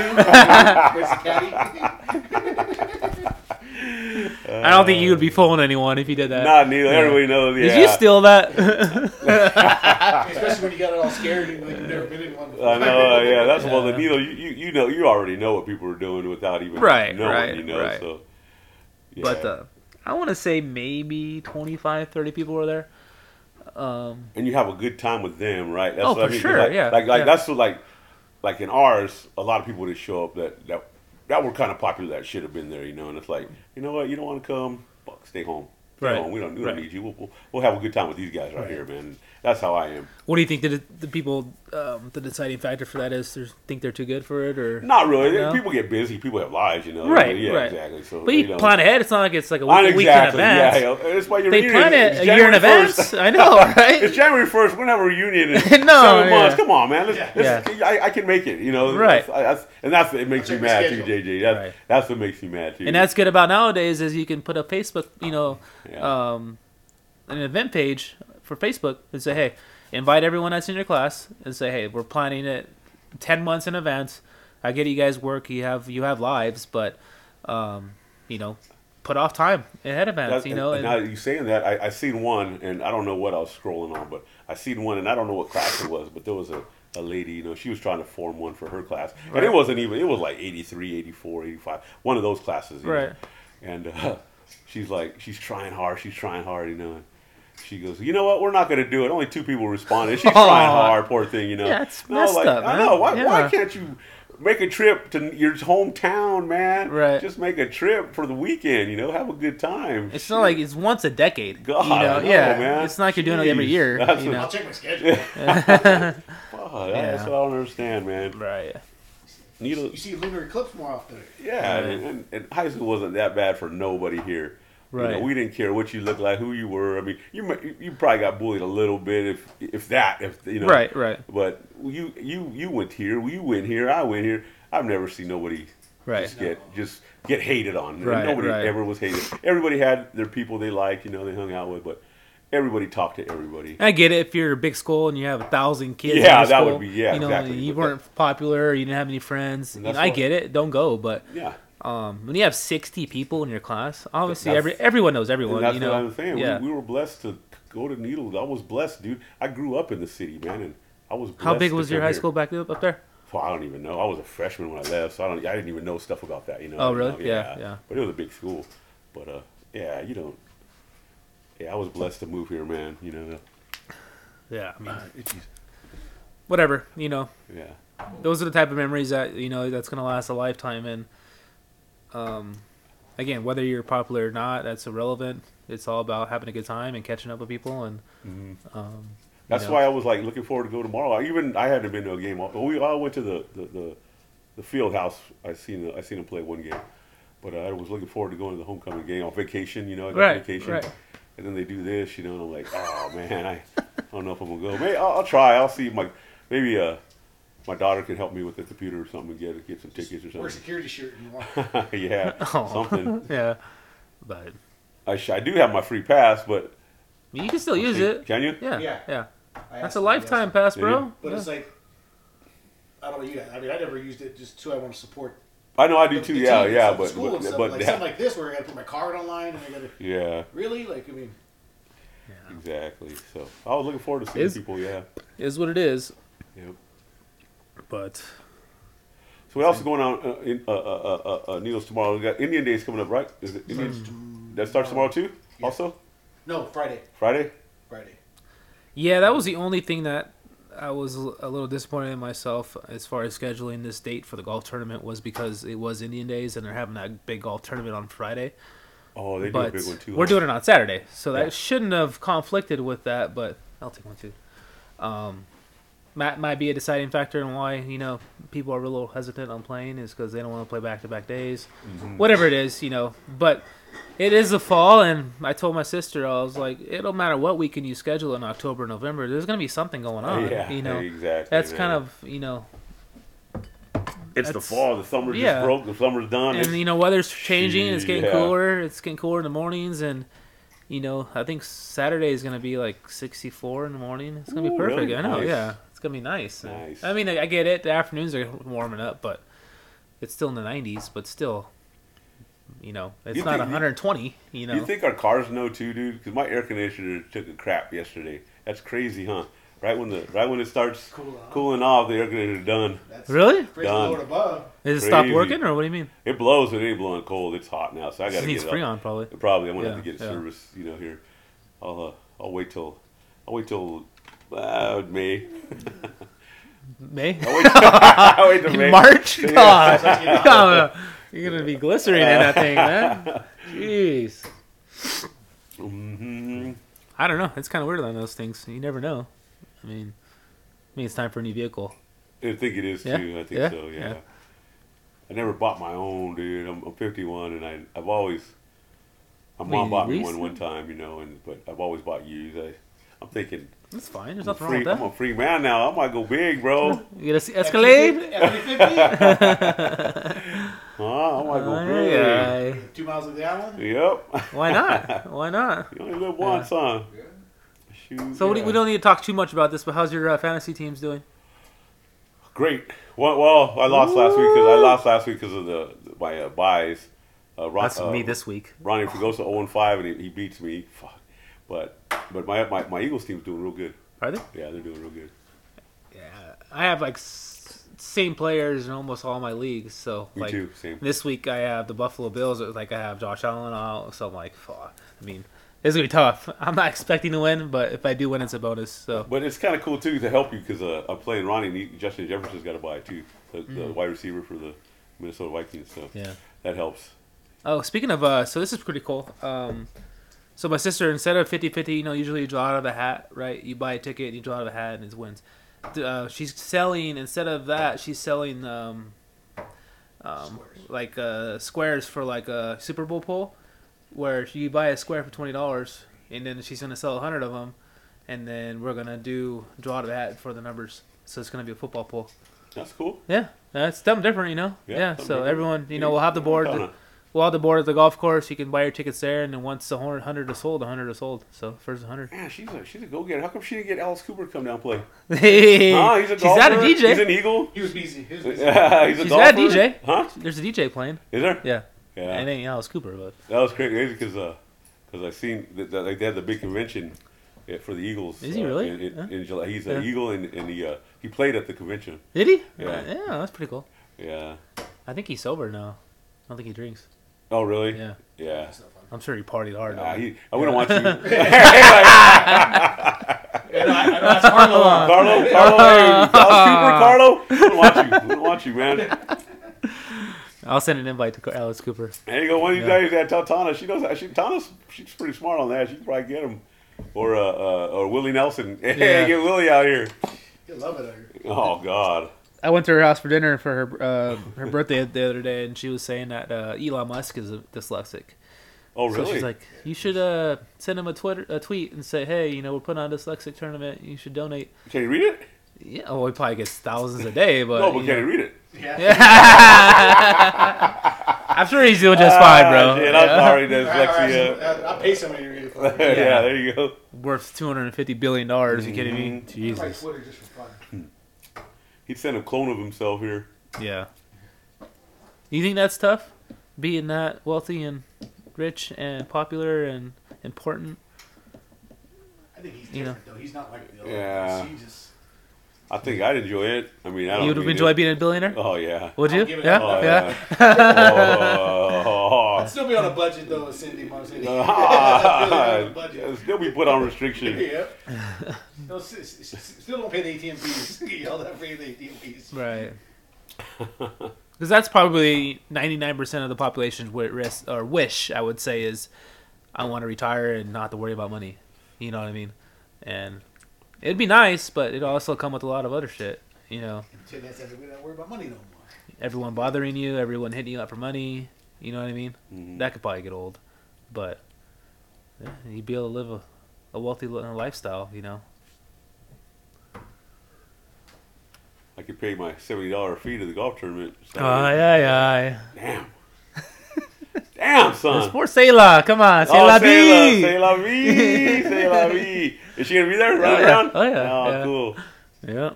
B: [LAUGHS]
A: I don't think you would be fooling anyone if you did that.
B: yeah. Not neither. Everybody knows. Yeah.
A: Did you steal
B: [LAUGHS]
A: that?
C: Especially when you got it all scared and like, you've never been in one before.
A: [LAUGHS]
B: I know. uh, yeah, that's well. The
A: Yeah.
B: needle. You, you, you know, you already know what people are doing without even
A: Right,
B: knowing.
A: right,
B: you know,
A: right.
B: so. Yeah.
A: But uh, I want to say maybe 25, 30 people were there. Um,
B: and you have a good time with them, right? That's
A: Oh, for
B: 'cause
A: sure,
B: Like,
A: yeah,
B: like, like
A: yeah.
B: that's what, like, like in ours, a lot of people that show up that that that were kind of popular that should have been there, you know. And it's like, you know what, you don't want to come, fuck, stay home. Stay
A: Right,
B: home. We don't, we
A: right.
B: don't need you. We'll, we'll, we'll have a good time with these guys right, here, man. That's how I am.
A: what do you think the, the people, um, the deciding factor for that is? They think they're too good for it, or
B: Not really.
A: No?
B: People get busy. People have lives, you know.
A: Right,
B: Yeah,
A: right.
B: exactly. So
A: But you
B: know.
A: plan ahead. It's not like it's like a
B: Not
A: week, weekend
B: exactly.
A: event.
B: Yeah, yeah. That's why you're
A: They plan it a year in advance. I know,
B: [LAUGHS] It's
A: right?
B: January first. We're gonna have a
A: [LAUGHS]
B: reunion in seven
A: No, yeah.
B: months. Come on, man. Let's,
C: Yeah.
B: let's- I, I can make it. You know,
A: Right.
B: That's- I, that's, and that's what it makes
C: Check
B: me
C: the
B: mad too,
C: schedule.
B: JJ. That's,
A: Right.
B: that's what makes me mad too.
A: And that's good about nowadays is you can put up Facebook, you know,
B: Yeah.
A: um, an event page for Facebook and say, hey, invite everyone that's in your class and say, hey, we're planning it ten months in advance. I get you guys work, you have you have lives, but um, you know, put off time ahead of events,
B: That's-
A: you know.
B: and
A: And,
B: now you saying that, I, I seen one, and I don't know what I was scrolling on, but I seen one, and I don't know what class it was, but there was a, a lady, you know, she was trying to form one for her class, and it wasn't even, it was like 83, 84, 85, one of those classes, you know.
A: Right.
B: And uh, [LAUGHS] she's like, she's trying hard, she's trying hard, you know. and She goes, you know what? We're not going to do it. Only two people responded. She's trying
A: Aw.
B: hard, poor thing. You know,
A: Yeah, it's messed
B: like,
A: up,
B: I
A: man.
B: know. Why,
A: Yeah.
B: why can't you make a trip to your hometown, man?
A: Right.
B: Just make a trip for the weekend. You know, have a good time.
A: it's not like it's once a decade.
B: God,
A: you know?
B: I know,
A: yeah.
B: man.
A: It's not like you're doing it every
B: Jeez.
A: year.
B: That's
A: you
B: a-
A: know?
C: I'll check my schedule.
B: Oh, that- That's
A: Yeah.
B: what I don't understand, man.
A: Right.
B: Needle,
C: You see lunar eclipse more often.
B: yeah, and, and, and high school wasn't that bad for nobody here. You know,
A: Right.
B: we didn't care what you looked like, who you were. I mean, you ma- you probably got bullied a little bit, if if that, if you know.
A: Right, right.
B: But you you you went here, you went here, I went here. I've never seen nobody
A: Right.
B: just get just get hated on.
A: Right,
B: nobody
A: right.
B: ever was hated. Everybody had their people they liked, you know, they hung out with, but everybody talked to everybody.
A: I get it if you're a big school and you have a thousand kids.
B: Yeah,
A: in your
B: that
A: school,
B: would be- yeah,
A: You know,
B: exactly.
A: you
B: But
A: weren't popular. You didn't have any friends. You
B: And
A: know,
B: that's
A: I
B: why-
A: get it. Don't go. But
B: Yeah.
A: um, when you have sixty people in your class, obviously
B: That's-
A: every everyone knows everyone.
B: And that's
A: you know,
B: what I'm saying.
A: Yeah.
B: We, we were blessed to go to Needles. I was blessed, dude. I grew up in the city, man, and I was. Blessed
A: How big
B: to
A: was your
B: come
A: high
B: here.
A: school back up, up there?
B: Well, I don't even know. I was a freshman when I left, so I don't. I didn't even know stuff about that. You know.
A: Oh,
B: You
A: really?
B: know,
A: Yeah, yeah.
B: But it was a big school. But uh, yeah, you don't. Yeah, I was blessed to move here, man. You know.
A: Yeah, I mean,
B: Itchies.
A: whatever. You know,
B: Yeah.
A: those are the type of memories that you know that's gonna last a lifetime. And um, again, whether you're popular or not, that's irrelevant. It's all about having a good time and catching up with people. And
C: [LAUGHS]
A: um, [LAUGHS]
B: That's
A: know.
B: why I was like looking forward to go tomorrow. I even I hadn't been to a game. We all went to the the, the, the field house. I seen I seen him play one game, but I was looking forward to going to the homecoming game on vacation. You know, I got
A: Right,
B: vacation,
A: right.
B: and then they do this. You know, and I'm like, oh man, I, I don't know if I'm gonna go. Maybe I'll, I'll try. I'll see if my maybe uh my daughter can help me with the computer or something and get get some tickets or
C: Wear
B: something.
C: a security shirt
B: [LAUGHS]
C: and walk.
A: [LAUGHS]
B: yeah,
A: Oh.
B: something.
A: yeah, but
B: I, sh- I do have my free pass, but
A: you can still use it.
B: Can you?
A: Yeah, yeah.
C: Yeah. I asked
A: That's a
C: him,
A: lifetime
C: yes.
A: pass,
B: Yeah.
A: bro.
C: But
A: Yeah.
C: it's like, I don't know you. I mean, I never used it just to I want to support.
B: I know I do too.
C: the
B: Yeah,
C: team and
B: yeah,
C: stuff, the
B: but
C: school
B: but,
C: and stuff.
B: but
C: like something like this where I got to put my card online and I got to
B: yeah.
C: really like I mean,
B: Exactly. So I was looking forward to seeing
A: Is-
B: people. Yeah.
A: It is what it is.
B: Yep.
A: But
B: So what else is going on? Uh, in, uh, uh, uh, uh, uh, Neil's tomorrow. We got Indian Day's coming up, right? Is it Indian? That starts tomorrow too.
C: Mm, Yeah.
B: Also
C: No, Friday.
B: Friday.
C: Friday.
A: yeah, that was the only thing that I was l- a little disappointed in myself as far as scheduling this date for the golf tournament was because it was Indian Days and they're having that big golf tournament on Friday.
B: Oh, they do a
A: but
B: big one too.
A: we're
B: huh?
A: doing it on Saturday, so that
B: Yeah.
A: shouldn't have conflicted with that. But I'll take one too. Um, that might be a deciding factor in why you know people are a little hesitant on playing is because they don't want to play back to back days,
B: Mm-hmm.
A: whatever it is, you know. But it is the fall, and I told my sister I was like, it don't matter what weekend you schedule in October, November, there's gonna be something going on.
B: Yeah,
A: you know,
B: exactly.
A: that's
B: man.
A: kind of you know,
B: It's the
A: that's-
B: fall. The summer
A: yeah.
B: just broke. The summer's done.
A: and you know weather's changing it's getting
B: Yeah.
A: cooler it's getting cooler in the mornings and you know i think saturday is going to be like 64 in the morning it's going to
B: Ooh,
A: be perfect
B: really?
A: i know
B: Nice.
A: yeah it's going to be nice, And-
B: Nice.
A: i mean I, I get it the afternoons are warming up but it's still in the 90s but still you know it's
B: You
A: not
B: think-
A: 120 you know
B: You think our cars know too, dude? Because my air conditioner took a crap yesterday. That's crazy, huh? Right when the right when it starts
C: Cool off.
B: cooling off, the air conditioner done.
C: That's
A: really
C: Praise
B: Done.
C: the Lord above.
A: is it stopped
B: crazy.
A: working or what do you mean
B: It blows, but it ain't blowing cold. It's hot now, so I got
A: it
B: to
A: needs
B: get it up.
A: freon probably
B: Probably I'm gonna have
A: Yeah,
B: to get it
A: yeah.
B: service. You know, here. I'll uh, I'll wait till I'll wait till uh, May.
A: may
B: I'll wait,
A: [LAUGHS]
B: [LAUGHS] I'll wait till May.
A: march
B: Yeah.
A: God.
B: [LAUGHS]
A: God, [LAUGHS] you're going to be glycerine in that thing man jeez
B: [LAUGHS] hmm
A: I don't know. It's kind of weird on those things. You never know. I mean, I mean, it's time for a new vehicle.
B: I think it is
A: Yeah,
B: too. I think
A: yeah,
B: so. Yeah.
A: yeah.
B: I never bought my own, dude. I'm, I'm 51, and I I've always my
A: Wait,
B: mom bought me one
A: leased
B: one time, you know, and but I've always bought used. I I'm thinking
A: That's fine. There's
B: I'm a,
A: nothing wrong
B: free,
A: with
B: I'm
A: that.
B: a free man now. I might go big, bro.
A: You get a Escalade. [LAUGHS]
C: F-350,
B: Huh? I might go big.
A: Aye, aye.
C: Two miles of the island.
B: Yep.
A: Why
B: [LAUGHS]
A: not? Why not?
B: you only live once, huh? Shoot,
A: So what do you-
B: yeah.
A: we don't need to talk too much about this, but how's your uh, fantasy teams doing?
B: Great. Well, well I lost last week because I lost last week because of the my uh, buys. Uh, Ron,
A: That's
B: uh,
A: me this week.
B: Ronnie Fregosa 0 and 5, and he, he beats me. Fuck. But but my, my my Eagles team's doing real good.
A: Are they?
B: Yeah, they're doing real good.
A: Yeah. I have like s- same players in almost all my leagues. So
B: Me
A: like
B: too. Same.
A: this week I have the Buffalo Bills. Like I have Josh Allen out. So I'm like, fuck. I mean, it's gonna be tough. I'm not expecting to win, but if I do win, it's a bonus. So
B: But it's kind of cool too to help you because uh, I'm playing Ronnie and he, Justin Jefferson's got to buy too, the, the wide receiver for the Minnesota Vikings. So
A: Mm-hmm. yeah.
B: that helps.
A: Oh, speaking of, uh, so this is pretty cool. Um, so my sister, instead of 50-50, you know, usually you draw out of a hat, right? You buy a ticket, you draw out of a hat, and it wins. D- Uh, she's selling instead of that, she's selling um, um,
C: Squares.
A: like uh, squares for like a Super Bowl pool, where you buy a square for twenty dollars, and then she's gonna sell a hundred of them, and then we're gonna do draw out of a hat for the numbers. So it's gonna be a football pool.
B: That's cool.
A: Yeah, that's something different, you know.
B: Yeah,
A: Yeah.
B: something
A: so
B: different.
A: everyone, you know, we'll have the board.
B: Kinda.
A: Well, the board at the golf course, you can buy your tickets there, and then once the hundred hundred is sold, a hundred is sold. So first a
B: [LAUGHS]
A: hundred. [LAUGHS]
B: Man, she's a she's a go getter. How come she didn't get Alice Cooper to come down and play?
A: Hey,
B: Huh? he's a
A: she's at a
B: golfer.
A: DJ.
B: He's an Eagle.
C: He was busy. He was
B: he's
C: busy.
B: a
A: She's
B: golfer.
A: at DJ.
B: Huh?
A: There's a DJ playing.
B: Is there?
A: Yeah.
B: Yeah.
A: And it ain't Alice Cooper, but
B: That was crazy because I seen that, that like they had the big convention uh, for the Eagles.
A: Is he
B: uh,
A: really?
B: In, in,
A: Huh?
B: in July, he's
A: Yeah.
B: an Eagle and, and he uh, he played at the convention.
A: did he?
B: Yeah.
A: yeah, that's pretty cool.
B: Yeah.
A: I think he's sober now. I don't think he drinks.
B: Oh really?
A: Yeah.
B: Yeah.
C: That's not fun.
A: I'm sure he partied hard.
B: Nah,
A: though.
B: he, I wouldn't want you,
A: [LAUGHS]
C: I know, I know,
B: [LAUGHS] Carlo. Carlo,
C: that's Harlow. [LAUGHS]
A: [LAUGHS]
B: hey, Carlo Cooper, Carlo. I wouldn't want you. I wouldn't want you, man.
A: I'll send an invite to Co- Alice Cooper.
B: There you go. One of these
A: Yeah.
B: days, that tell Tana. She knows. That. She Tana's. She's pretty smart on that. She can probably get him, or uh, uh, or Willie Nelson. [LAUGHS] Hey,
A: Yeah.
B: get Willie out here.
C: You love it out here.
B: Oh God.
A: I went to her house for dinner for her uh,
B: [LAUGHS]
A: her birthday the other day, and she was saying that uh, Elon Musk is dyslexic.
B: Oh really?
A: So she's like, you should uh, send him a Twitter a tweet and say, hey, you know, we're putting on a dyslexic tournament. You should donate.
B: can you read it?
A: Yeah, oh, he probably gets thousands a day, but
B: no, but
A: you
B: can you
A: know.
B: read it?
C: Yeah.
A: [LAUGHS] I'm sure he's doing just fine, bro.
B: Ah, shit,
A: Yeah.
B: I'm sorry,
C: All right, [LAUGHS] all right,
B: dyslexia. [LAUGHS]
C: so, uh, I'll pay somebody to read it for me.
B: yeah,
A: Yeah.
B: there you go.
A: [LAUGHS] Worth 250 billion dollars. You kidding me?
B: Mm-hmm.
C: I'll write
A: Jesus.
C: Twitter just for fun.
B: He'd send a clone of himself here.
A: Yeah. You think that's tough? Being that wealthy and rich and popular and important.
C: I think he's
A: You know.
C: different though. He's not like the other
B: Yeah.
C: ones. He just
B: I think I'd enjoy it. I mean, I don't.
A: You would
B: mean
A: enjoy
B: it.
A: being a billionaire?
B: Oh
A: [LAUGHS]
B: yeah.
A: Would you?
C: I'll give it
A: Yeah,
C: up.
B: Oh,
A: yeah.
B: Oh, [LAUGHS]
C: I'd still be on a budget though, with Cindy Monsanto.
B: Ah,
C: budget.
B: [LAUGHS] still be put on restriction.
C: Yeah. No, s- s- s- still don't pay the ATM fees. [LAUGHS] Get yelled at for the ATM fees.
A: Right. [LAUGHS] Because that's probably ninety nine percent of the population would risk or wish I would say is, I want to retire and not have to worry about money. You know what I mean? And it'd be nice, but it'd also come with a lot of other shit. You know,
C: So that's it. We don't worry about money
B: [LAUGHS]
C: no more.
A: everyone bothering you, everyone hitting you up for money. You know what I mean?
B: Mm-hmm.
A: That could probably get old, but yeah, you'd be able to live a, a wealthy li- lifestyle. You know?
B: I could pay my seventy dollar fee to the golf tournament. So,
A: Aye, aye, aye.
B: Damn. Damn,
A: It's
B: son.
A: for Selah. Come on,
B: oh,
A: Selah
B: say
A: B.
B: la, say la vie,
A: [LAUGHS]
B: say la vie. Is she gonna be there? Running
A: yeah.
B: around?
A: Oh, yeah.
B: Oh,
A: Yeah.
B: cool.
A: Yeah.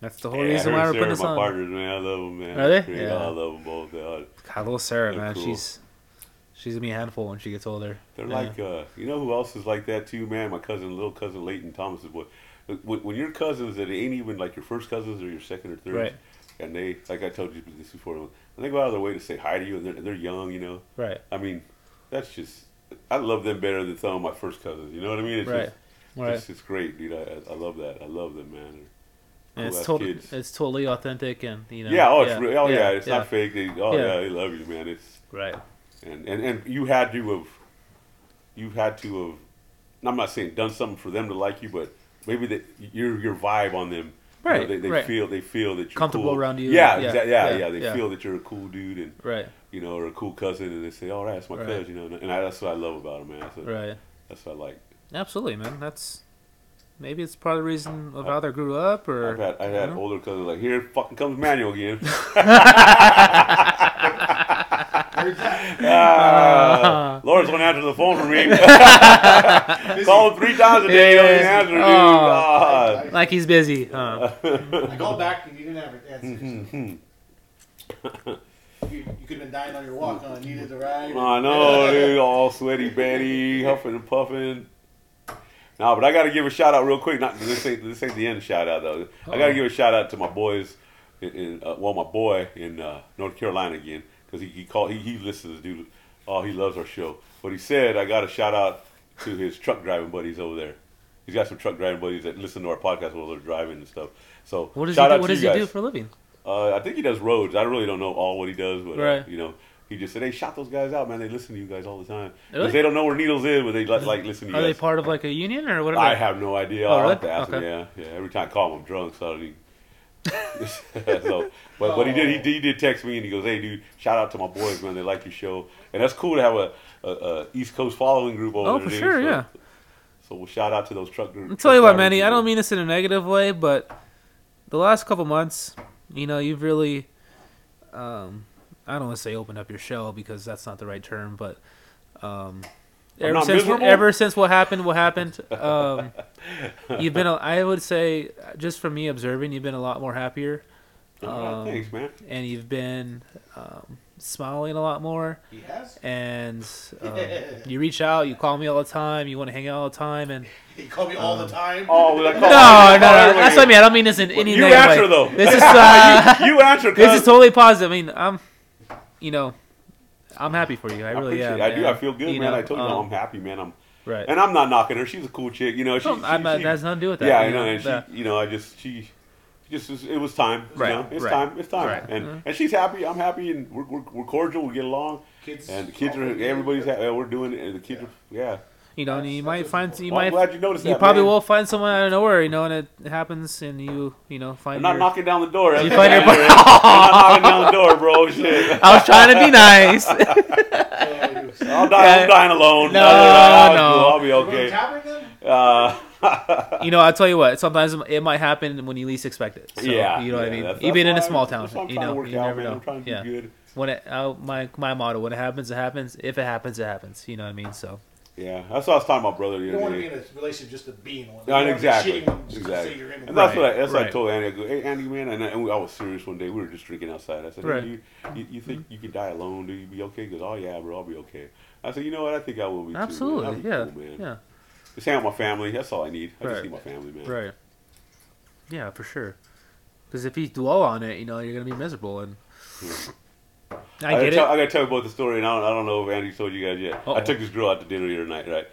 A: That's the whole
B: Yeah,
A: reason
B: her
A: why
B: and
A: we're putting
B: Sarah
A: this
B: my
A: on.
B: partners, man. I love them, man.
A: Are they?
B: Yeah,
A: Yeah.
B: I love them both. God.
A: God, little Sarah,
B: They're
A: man,
B: cool.
A: she's she's gonna be a handful when she gets older.
B: They're
A: Yeah.
B: like, uh, you know who else is like that too, man? My cousin, little cousin Leighton Thomas's boy. When, when your cousins that ain't even like your first cousins or your second or third,
A: Right.
B: and they, like I told you this before, when they go out of their way to say hi to you and they're, and they're young, you know.
A: right,
B: I mean, that's just, I love them better than some of my first cousins, you know what I mean? It's
A: right,
B: Just,
A: right.
B: It's, it's great, dude. I, I- I love that. I love them, man.
A: And it's
B: cool-ass
A: tot-
B: kids.
A: it's totally authentic, and you know.
B: yeah, oh, it's real. Oh, yeah, it's
A: yeah,
B: not fake. They, oh,
A: Yeah.
B: yeah. they love you, man. It's,
A: Right,
B: and and and you had to have you had to have i'm not saying done something for them to like you but maybe that your your vibe on them you know,
A: Right,
B: they, they
A: right.
B: feel they feel that you're
A: Comfortable
B: cool.
A: around you,
B: yeah
A: yeah,
B: yeah, yeah,
A: yeah,
B: yeah they
A: yeah.
B: feel that you're a cool dude and
A: right,
B: you know or a cool cousin and they say all right that's my
A: Right.
B: cousin you know and I, that's what i love about them man that's what,
A: right.
B: that's what i like
A: Absolutely, man. That's maybe it's part of the reason
B: Oh.
A: of how they grew up, or
B: i've had i've
A: you
B: had
A: know?
B: older cousins like here fucking comes manuel again
A: [LAUGHS]
B: [LAUGHS] Ah, Laura's gonna answer the phone for me.
C: Busy.
B: Called three times a day,
A: Yeah,
B: don't
A: yeah.
B: answer, dude.
A: Oh.
B: Ah.
C: I,
A: like he's busy.
B: Uh,
A: Huh?
C: [LAUGHS]
B: [LAUGHS]
C: I, I called back and you didn't have an
B: Mm-hmm. Hmm,
C: answer. so. you, you could have been dying on your walk, huh? Needed the ride.
B: I know, dude. All sweaty, Betty, huffing and puffing. Nah, but I gotta give a shout out real quick. Not this ain't this ain't the end shout out though. I gotta give a shout out to my boys, in, in uh, well, my boy in uh, North Carolina again, because he, he called he, he listens, dude. Oh, he loves our show. But he said I got a shout out to his truck driving buddies over there. He's got some truck driving buddies that listen to our podcast while they're driving and stuff. So
A: What does
B: shout
A: he
B: out
A: do? What
B: to
A: does
B: you
A: he
B: guys.
A: do for a living?
B: Uh, I think he does roads. I really don't know all what he does, but uh,
A: Right.
B: you know, he just said, "Hey, shout those guys out, man. They listen to you guys all the time because
A: Really?
B: they don't know where Needles is, but they like, like listen to
A: Are
B: you
A: they
B: guys."
A: part of like a union or what? Are
B: I
A: they?
B: have no idea.
A: Oh,
B: I'll have to
A: really?
B: ask him. Yeah, yeah. Every time I call him, I'm drunk, so I don't even. [LAUGHS] so, but but he did
A: Oh.
B: he, did he did text me and he goes, "Hey, dude, shout out to my boys, man. They like your show, and that's cool to have a, a, a East Coast following group over
A: Oh,
B: there."
A: for
B: dude.
A: sure,
B: So-
A: yeah.
B: So we'll shout out to those truck groups.
A: I'll tell you what, Manny, I don't mean this in a negative way, but the last couple months, you know, you've really, um, I don't want to say opened up your shell because that's not the right term, but um,
B: I'm
A: ever
B: not
A: since
B: miserable?
A: ever since what happened, what happened, um, you've been, a, I would say, just from me observing, you've been a lot more happier, um,
B: thanks, man.
A: and you've been um, smiling a lot more,
C: He has.
A: and um, you reach out, you call me all the time, you want to hang out all the time, and
C: He called me all the time.
B: Oh,
C: [LAUGHS]
B: well, I
A: no,
B: [LAUGHS] call-
A: no, no.
B: I call everybody.
A: That's what I mean. I don't mean this in any
B: You
A: negative
B: answer
A: way.
B: though. [LAUGHS]
A: This is [LAUGHS] uh,
B: you, you answer.
A: this
B: cuz.
A: is totally positive. I mean, I'm, you know, I'm happy for you. I
B: I
A: really
B: appreciate
A: am.
B: it. I do.
A: man.
B: I feel good,
A: You
B: man.
A: know,
B: I told you,
A: um,
B: I'm happy, man. I'm
A: right.
B: and I'm not knocking her. She's a cool chick, you know. She,
A: No,
B: she-
A: I'm not,
B: she-
A: that has nothing to do with that.
B: yeah, I
A: you
B: know. And
A: yeah.
B: she, you know, I just she just was- it was time.
A: Right,
B: You know? It's
A: right,
B: time. It's time.
A: right.
B: And
A: Mhm.
B: and she's happy. I'm happy, and we're we're, we're cordial. We get along.
C: Kids.
B: And the kids are everybody's
C: [LAUGHS]
B: happy. We're doing it. and The kids, are, yeah.
A: you know, and you might find you
B: Well,
A: might
B: I'm glad you noticed
A: you
B: that.
A: probably
B: man.
A: will find someone out of nowhere. You know, and it happens, and you you know find.
B: I'm not
A: your-
B: knocking down the door.
A: You find your- [LAUGHS]
B: I'm not knocking down the door, bro. Shit.
A: I was trying to
B: [LAUGHS]
A: be nice.
C: Uh,
B: I'll
A: [LAUGHS]
B: die,
A: Yeah.
B: I'm dying alone.
A: No,
B: I'll- I'll,
A: no.
B: I'll be okay.
C: Topic then?
B: Uh,
A: you know, I'll tell you what. Sometimes it might happen when you least expect it. So,
B: yeah,
A: you know what
B: yeah,
A: I mean.
B: that's- that's
A: Even in
B: why
A: a
B: I'm-
A: small town,
B: that's why I'm
A: you
B: trying to
A: know,
B: work
A: you
B: out,
A: never
B: man.
A: know.
B: I'm trying to
A: yeah.
B: do good.
A: when it uh, my my motto when it happens it happens if it happens it happens you know what i mean so
B: Yeah, that's what I was talking to my brother
C: You
B: the
C: don't want
B: other
C: to be
B: day.
C: in a relationship just to be in one. You
B: Yeah,
C: don't wanna be
B: exactly,
C: shitting on just to say
B: exactly.
C: you're in
B: And
C: one.
B: that's what I, that's what I
A: Right.
B: told Andy. I go, hey, Andy, man, and, I- and we, I was serious one day. We were just drinking outside. I said, hey,
A: Right. Mm-hmm.
B: you, you, you think you can die alone? Do you be okay? He goes, oh yeah, bro, I'll be okay. I said, you know what? I think I will be. too, man. That'd
A: absolutely
B: be
A: yeah
B: cool, man.
A: yeah
B: Just hang out with my family. That's all I need. I
A: Right.
B: just need my family, man.
A: right Yeah, for sure. Because if you dwell on it, you know you're gonna be miserable, and I
B: gotta
A: get
B: tell,
A: it.
B: Hmm. I gotta tell you about the story, and I don't, I don't know if Andy told you guys yet.
A: Uh-oh.
B: I took this girl out to dinner the other night, right?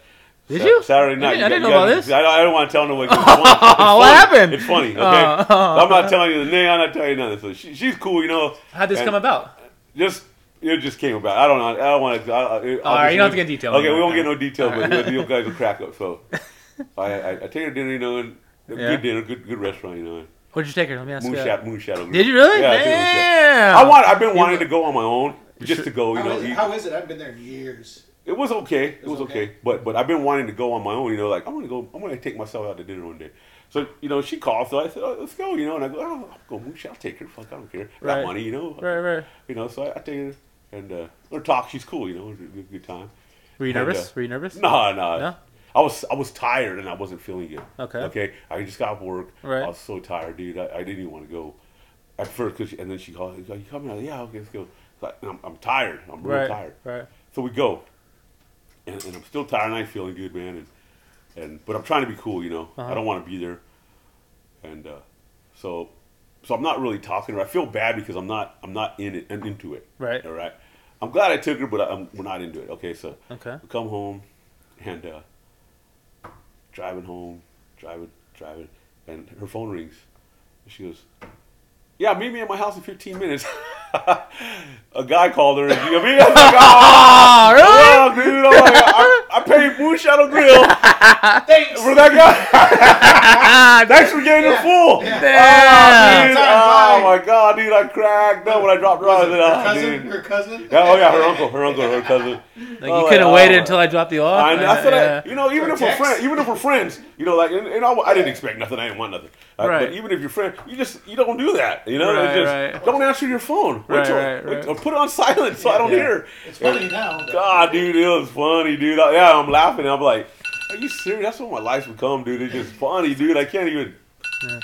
A: Did
B: Sa-
A: you?
B: Saturday
A: I
B: night.
A: didn't- I
B: You
A: didn't know
B: got-
A: about
B: you
A: this.
B: got- I, don't- I don't want to tell
A: [LAUGHS]
B: no one. 'cause It's funny. It's
A: What
B: funny.
A: happened?
B: It's funny. Okay,
A: Oh, oh,
B: I'm not telling you the name. I'm not telling you nothing. So she, she's cool, you know.
A: How'd this
B: and
A: come about?
B: Just it just came about. I don't know. I don't want to. All
A: right, you don't have to get detail.
B: Okay, we won't
A: Okay.
B: get no detail, but you you guys will crack up.
A: [LAUGHS]
B: So I, I, I take her to dinner, you know, and a
A: Yeah.
B: good dinner, good good restaurant, you know.
A: Where'd you take her? Let me ask you. that.
B: Moonshot, moonshot. over
A: Did you
B: there.
A: really?
B: Yeah, I did moonshot.
A: Damn.
B: I want. I've been wanting to go on my own, just
A: should-
B: to go. You
C: How
B: know,
C: is it?
B: eat.
C: How is it? I haven't been there in years.
B: it was okay. It was okay. But but I've been wanting to go on my own. You know, like I'm gonna go. I'm gonna take myself out to dinner one day. So you know, she called. So I said, oh, let's go. You know, and I go, oh, I'll go moonshot. I'll take her. Fuck, I don't care. I
A: Right.
B: Got money. You know.
A: Right, right.
B: You know. So I, I take her and uh, we talk. She's cool. You know, it was a good, good time.
A: Were you
B: And,
A: nervous?
B: uh,
A: Were you
B: [LAUGHS]
A: nervous?
B: No, no.
A: No?
B: I was I was tired and I wasn't feeling good.
A: Okay.
B: Okay. I just got off work.
A: Right.
B: I was so tired, dude. I, I didn't even want to go at first. Cause she- and then she called. Are you coming? I said, yeah. Okay. Let's go. So I- I'm, I'm tired. I'm real
A: Right,
B: tired.
A: right.
B: So we go, and, and I'm still tired and I ain't feeling good, man. And and but I'm trying to be cool, you know.
A: Uh-huh.
B: I don't want to be there. And uh, so so I'm not really talking. to her. I feel bad because I'm not I'm not in it and into it.
A: Right.
B: All right. I'm glad I took her, but I, I'm, we're not into it. Okay. So
A: Okay.
B: we come home and uh, driving home, driving, driving, and her phone rings. She goes, "Yeah, meet me at my house in 15 minutes." [LAUGHS] A guy called her, and she goes, "Me?" I was like,
A: Oh, [LAUGHS] really?
B: "Oh, dude, I'm like, I, I paid Moon Shadow Grill
C: Thanks.
B: for that guy. [LAUGHS]
A: Ah,
B: Thanks for getting
C: Yeah.
B: the full."
C: Yeah.
A: damn.
B: Dude,
C: Bye.
B: oh my god, dude, I cracked up when I dropped her off.
C: her
B: I said, "Ah,
C: cousin. Her
B: dude."
C: cousin.
B: Yeah, oh yeah, her uncle, her uncle, her cousin. Oh,
A: Like, you could have waited until I dropped you off.
B: I, know, I
A: uh,
B: said,
A: yeah.
B: I, you know, even
C: Or
B: if we're
C: text.
B: friends, even if we're friends, you know, like, and, and I, I didn't expect nothing. I didn't want nothing. Uh,
A: Right.
B: But even if you're friends, you just you don't do that. You know,
A: Right,
B: It's just
A: right.
B: don't answer your phone. Wait
A: Right,
B: till-
A: right,
B: wait-
A: right.
B: or put it on silent so I don't
A: Yeah.
B: hear.
C: It's funny now. but-
B: God, dude, it was funny, dude. I, yeah, I'm laughing. I'm like, are you serious? That's what my life's become, dude. It's just funny, dude. I can't even.
A: Yeah.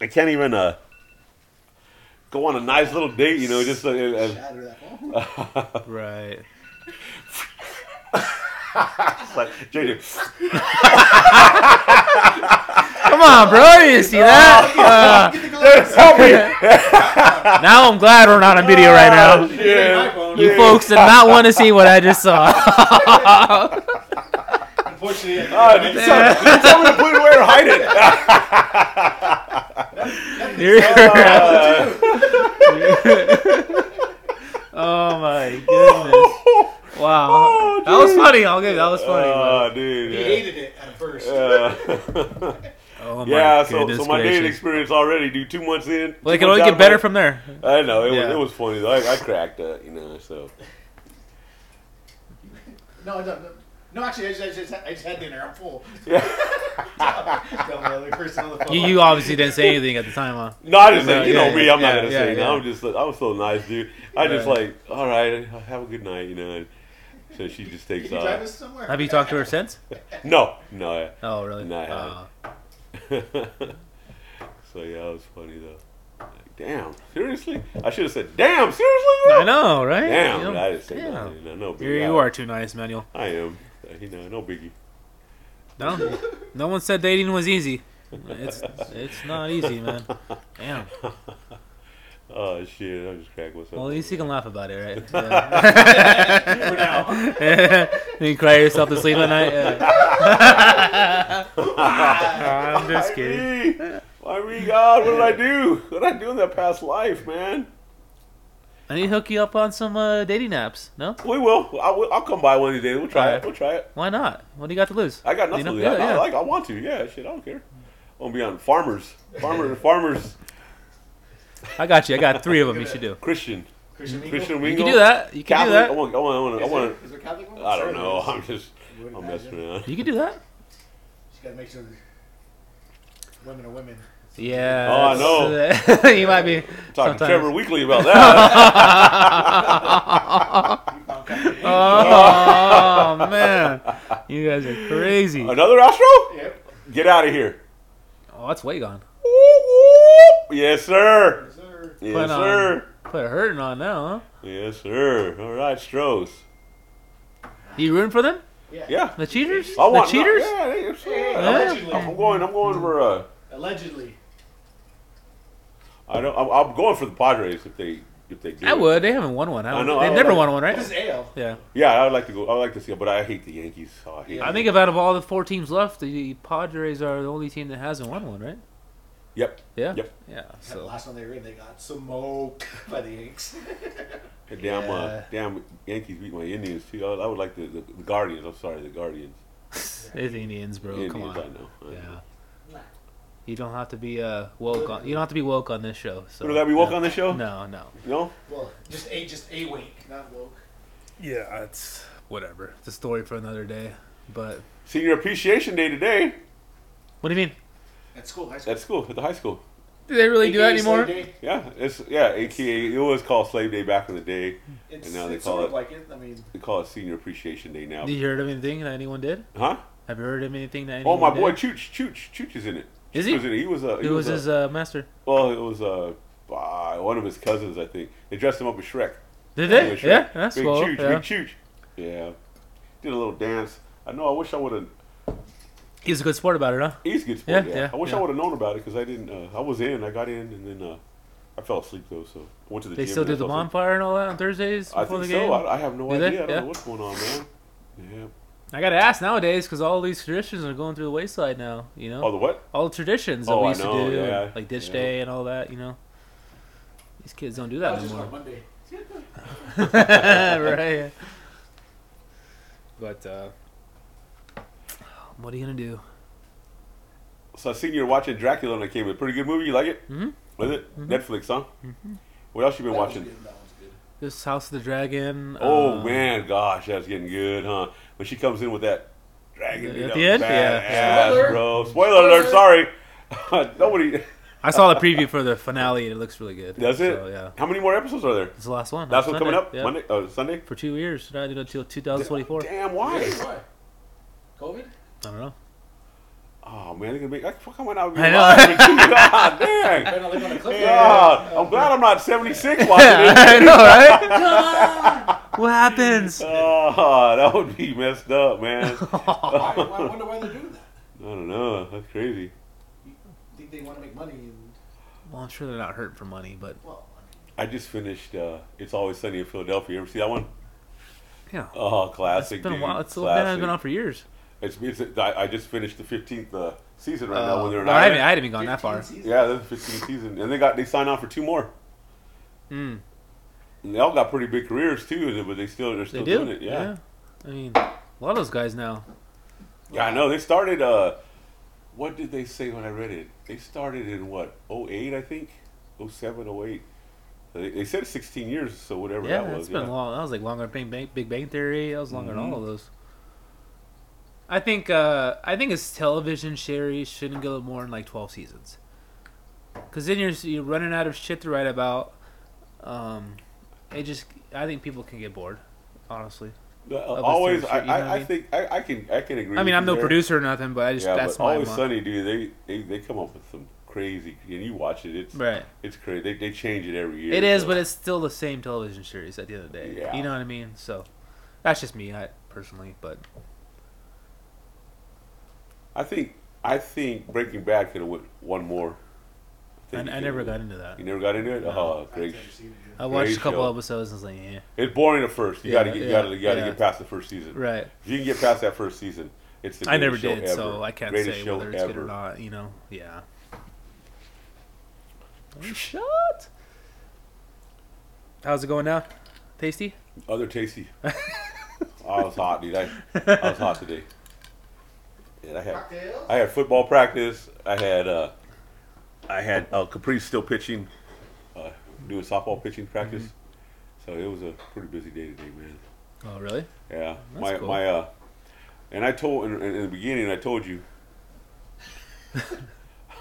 B: I can't even uh, go on a nice little date. You know, just uh, uh,
C: Shatter that
B: [LAUGHS]
C: phone.
A: Right.
B: it's like JJ.
A: Come on, bro. You
B: Oh,
A: see
B: [LAUGHS]
A: that?
C: Get the
B: Yes,
C: glass.
B: [LAUGHS] help me.
A: Uh, now I'm glad we're not on video right
B: Oh,
A: now.
B: shit.
C: Yeah.
A: You folks did not want to see what I just
B: [LAUGHS]
A: saw.
C: Unfortunately,
B: Oh, did you tell, did you tell me to put it away or hide
A: [LAUGHS] You're-
B: it? [LAUGHS]
A: [LAUGHS]
B: Uh,
A: oh my
B: Uh,
A: goodness! Wow,
B: Oh,
A: that was
B: dude.
A: funny. I'll give you- that was funny.
B: Oh,
C: he
B: dude.
C: hated it at first.
B: [LAUGHS] Yeah, Uh,
A: oh my
B: yeah so,
A: goodness
B: so my dating
A: gracious!
B: experience already, dude. Two months in.
A: Well, it
B: two
A: can
B: months
A: only
B: out
A: get
B: of
A: better
B: my-
A: from there.
B: I know it
A: Yeah.
B: was. It was funny though. I, I cracked up, you know. So [LAUGHS]
C: No, no, no. No, actually, I just, I just, I just had dinner. I'm
B: [LAUGHS]
C: full.
B: yeah.
C: Tell the other person on the phone.
A: You, you obviously didn't say anything at the time, huh?
B: No, I just
A: No,
B: like, you
A: yeah,
B: know me.
A: yeah,
B: I'm
A: yeah,
B: not gonna
A: yeah,
B: say.
A: yeah.
B: No, I'm just. I was so nice, dude. I just
A: Right.
B: like. All right, have a good night, you know. And so she just
C: Can
B: takes
C: you drive
B: off.
C: us somewhere?
A: Have you talked to her
B: [LAUGHS]
A: since?
B: No, no.
A: Oh, really?
B: No, I haven't.
A: Wow.
B: [LAUGHS] so yeah, it was funny though. Like, damn, seriously? I should have said, damn, seriously? though?"
A: Uh, I know, right?
B: Damn,
A: You know,
B: but I didn't say
A: damn.
B: nothing. You know, no biggie.
A: Here you
B: I-
A: are, too nice, Manuel.
B: I am. Uh, You know, no biggie.
A: No, no one said dating was easy. It's it's not easy, man. Damn.
B: Oh shit, I just cracked myself.
A: Well, at
B: up.
A: least you can laugh about it, right?
C: For now.
A: [LAUGHS] then you cry yourself to sleep at night. yeah. I'm [LAUGHS] just
B: [LAUGHS] Why
A: kidding.
B: Me? Why me, God? What did I do? What did I do in that past life, man?
A: I need to hook you up on some uh, dating apps. No,
B: We will. I will. I'll come by one of these days. We'll try it. We'll try it.
A: why not? What do you got to lose?
B: I got
A: You
B: nothing.
A: know,
B: to lose. I,
A: yeah, yeah.
B: I like. I want to. Yeah. Shit. I don't care. I'm gonna be on farmers. Farmers. farmers.
A: I got you. I got three of them. You should do. [LAUGHS]
B: Christian.
C: Christian Mingle?
B: Christian.
A: You
B: Wingo.
A: can do that. You can do
B: Catholic. I
A: that.
B: want. I want. I
C: Is
B: want.
C: there- is there a Catholic one?
B: I don't know.
C: Sorry,
B: [LAUGHS]
C: there's-
B: I'm just.
C: You wouldn't
B: I'm
C: imagine.
B: messing around.
A: You can do that.
C: Just gotta make sure that women are women.
A: Yeah.
B: Oh, I
A: that's- [LAUGHS] you might be.
B: Talking to
A: Sometimes.
B: Trevor Weekly about
A: [LAUGHS]
B: that.
C: You found Catholic.
A: Oh man, you guys are crazy.
B: Another Astro?
C: Yep.
B: Get out of here.
A: Oh, that's way gone.
B: Whoop, whoop. Yes, sir.
C: Is there-
B: Yes,
A: Put on-
B: sir.
A: Put a hurting on now,
B: Yes, sir. All right, Stros.
A: huh? You rooting for them?
B: Yeah.
A: The cheaters?
B: I
A: the
B: want
A: cheaters?
B: yeah, they- it's- yeah.
C: Yeah.
B: I'm, I'm going. I'm going for. Uh,
C: Allegedly.
B: I don't. I'm, I'm going for the Padres if they if they do.
A: I
B: it.
A: would. They haven't won one. I,
B: I
A: don't,
B: know, I
A: They've
B: don't
A: never
B: like-
A: won one,
C: This is
A: right?
C: AL.
A: Yeah.
B: Yeah, I would like to go. I would like to see it, but I hate the Yankees. Oh, I hate.
C: Yeah.
A: I think if out of all the four teams left, the Padres are the only team that hasn't won one, right?
B: Yep.
A: Yeah.
B: Yep.
A: Yeah.
C: The
A: So [LAUGHS]
C: last one they were in, they got smoked [LAUGHS] by the Yanks.
B: And Damn. Uh,
C: Yeah.
B: damn. Yankees beat my Indians too. I, I would like the, the the Guardians. I'm sorry, the Guardians.
A: it's Indians, bro.
B: Indians.
A: Come on.
B: I know. I know.
A: Yeah. You don't have to be uh, woke on. You don't have to be woke on this show. So.
B: We don't gotta be woke
A: no.
B: on this show?
A: No, no.
B: No.
C: well, just a just a wake, not woke.
A: Yeah, it's whatever. It's a story for another day. But
B: Senior Appreciation Day today
A: what do you mean?
C: At school, high school.
B: at school at the high school.
A: Do they really do that anymore?
B: Yeah. It's yeah. AKA it was called Slave Day back in the day.
C: It's,
B: And now they
C: it's
B: call
C: sort of
B: it-
C: like it. I mean,
B: They call it Senior Appreciation Day now.
A: Did you hear of anything that anyone did?
B: Huh?
A: Have you heard of anything that
B: Oh
A: anyone
B: my boy,
A: did?
B: Chooch, Chooch, Chooch is in it.
A: Is
B: He
A: he?
B: Was in it. He was a. He
A: It was
B: was, a,
A: his uh, master.
B: Well, it was uh, uh, one of his cousins, I think. They dressed him up as Shrek.
A: Did
B: He was
A: they?
B: Shrek.
A: Yeah, that's
B: big
A: cool.
B: Chooch,
A: Yeah.
B: big Chooch. Yeah, did a little dance. I know. I wish I would have.
A: He was a good sport about it, huh?
B: He's a good sport.
A: Yeah,
B: Yeah,
A: yeah,
B: I wish
A: yeah.
B: I would have known about it because I didn't. Uh, I was in. I got in, and then uh, I fell asleep though. So I went to the.
A: They
B: gym
A: still
B: and
A: do
B: I
A: the
B: fell asleep.
A: bonfire and all that on Thursdays
B: I
A: before
B: think
A: the
B: so.
A: game.
B: I, I have no
A: Do they?
B: idea. I don't
A: Yeah.
B: know what's going on, man. Yeah.
A: I gotta ask nowadays because all these traditions are going through the wayside now. You know,
B: Oh, the what?
A: all the traditions that
B: Oh,
A: we
B: I
A: used
B: know,
A: to do,
B: yeah,
A: like Ditch
B: yeah.
A: Day and all that. You know, these kids don't do
C: that
A: that
C: was just on
A: anymore,
C: Monday.
A: [LAUGHS] right? But uh, what are you gonna do?
B: So I seen you were watching Dracula when it came. A pretty good movie. You like it?
A: Mhm.
B: Was it Netflix? Huh.
A: Mm-hmm.
B: What else you been
C: That one's
B: watching?
C: good, that one's good.
A: This House of the Dragon.
B: Oh
A: uh,
B: man, gosh, that's getting good, huh? When she comes in with that dragon,
A: At
B: dude,
A: the
B: that was
A: end?
B: badass,
A: Yeah.
C: Spoiler.
B: bro. Spoiler alert. Sorry, [LAUGHS] nobody
A: I saw the preview for the finale and it looks really good.
B: does it.
A: So, yeah,
B: How many more episodes are there?
A: it's the last one.
B: That's
A: on
B: one coming
A: Sunday.
B: up
A: Yeah.
B: Monday, uh, Sunday.
A: for two years, right? Until 2024. I
B: Damn, why?
C: Really? Why? COVID?
A: don't
B: [LAUGHS]
A: know.
B: Oh man, they're gonna be like, fuck, I'm not.
A: I know. [LAUGHS]
B: God dang.
C: Better not [LAUGHS] live on a cliff.
B: Yeah,
C: Oh.
B: I'm glad I'm not
A: [LAUGHS]
B: 76 watching it.
A: know, right? [LAUGHS] what
B: [LAUGHS]
A: happens?
B: Oh, that would be messed
A: [LAUGHS]
B: up, man.
C: I, I wonder why they're doing that.
B: I don't know. That's crazy.
C: I think they want to make money and
A: Well, I'm sure they're not hurting for money, but
C: well, I
B: I just finished. Uh, it's always sunny in Philadelphia. You ever see that one?
A: yeah,
B: Oh,
A: it's
B: classic.
A: been a
B: dude.
A: while. It's
B: classic.
A: been, been on for years.
B: It's, it's I, I just finished the fifteenth uh, season right
A: Uh,
B: now when they're in
A: well, I haven't, I
B: Ireland.
A: haven't even gone
C: mean,
A: that far.
C: 15 seasons.
B: Yeah, that's the fifteenth season, and they got they signed on for two more.
A: Mm,
B: And they all got pretty big careers too, but they still they're
A: they
B: still
A: do.
B: doing it. Yeah.
A: I mean, a lot of those guys now.
B: yeah, I know. They started. Uh, what did they say when I read it? They started in what 08, I think, 07, 08. They, they said sixteen years, so whatever
A: Yeah,
B: that
A: it's
B: was.
A: been
B: yeah.
A: long. That was like longer than Big Bang, Big Bang Theory. That was longer than
B: Mhm.
A: all of those. I think uh, I think it's television series shouldn't go more than like twelve seasons, because then you're you're running out of shit to write about. Um, it just I think people can get bored, honestly.
B: Uh,
A: Of the
B: always,
A: series,
B: I,
A: you know what
B: I,
A: I
B: I
A: mean?
B: think I, I can I can agree.
A: I mean,
B: with
A: I'm
B: you
A: no
B: there.
A: producer or nothing, but I just
B: Mm-hmm. Yeah,
A: that's
B: but
A: my
B: always
A: mo-
B: sunny, dude. They, they they come up with some crazy, and you watch it. It's
A: right.
B: It's crazy. They, they change it every year.
A: It is,
B: so-
A: but it's still the same television series at the end of the day.
B: Yeah.
A: You know what I mean? So that's just me, I personally, but
B: I think I think Breaking Bad could have went one more.
A: I,
B: think it
A: I
B: could
A: never
B: have
A: got
B: went-
A: into that.
B: You never got into it.
A: No.
B: Oh,
C: I've
B: great.
C: never seen it yet.
A: I watched a
B: Great
A: couple
B: show.
A: episodes and was like, "Eh." yeah,
B: It's boring at first. You
A: Yeah,
B: gotta get, you
A: yeah,
B: gotta, you gotta
A: yeah.
B: get past the first season.
A: right.
B: If you can get past that first season, it's the
A: I never
B: greatest show
A: did,
B: ever.
A: so I can't
B: greatest
A: say
B: show
A: whether it's
B: ever.
A: good or not. You know, yeah. Shut. How's it going now? Tasty? [LAUGHS]
B: Other tasty. Oh, I was hot, dude. I, I was hot today. And I had
C: Cocktails?
B: I had football practice. I had uh, I had uh, Caprice still pitching, uh, doing softball pitching practice.
A: Mm-hmm.
B: So it was a pretty busy day today, man.
A: Oh, really?
B: Yeah,
A: That's
B: my
A: cool.
B: my uh, and I told in, in the beginning. I told you.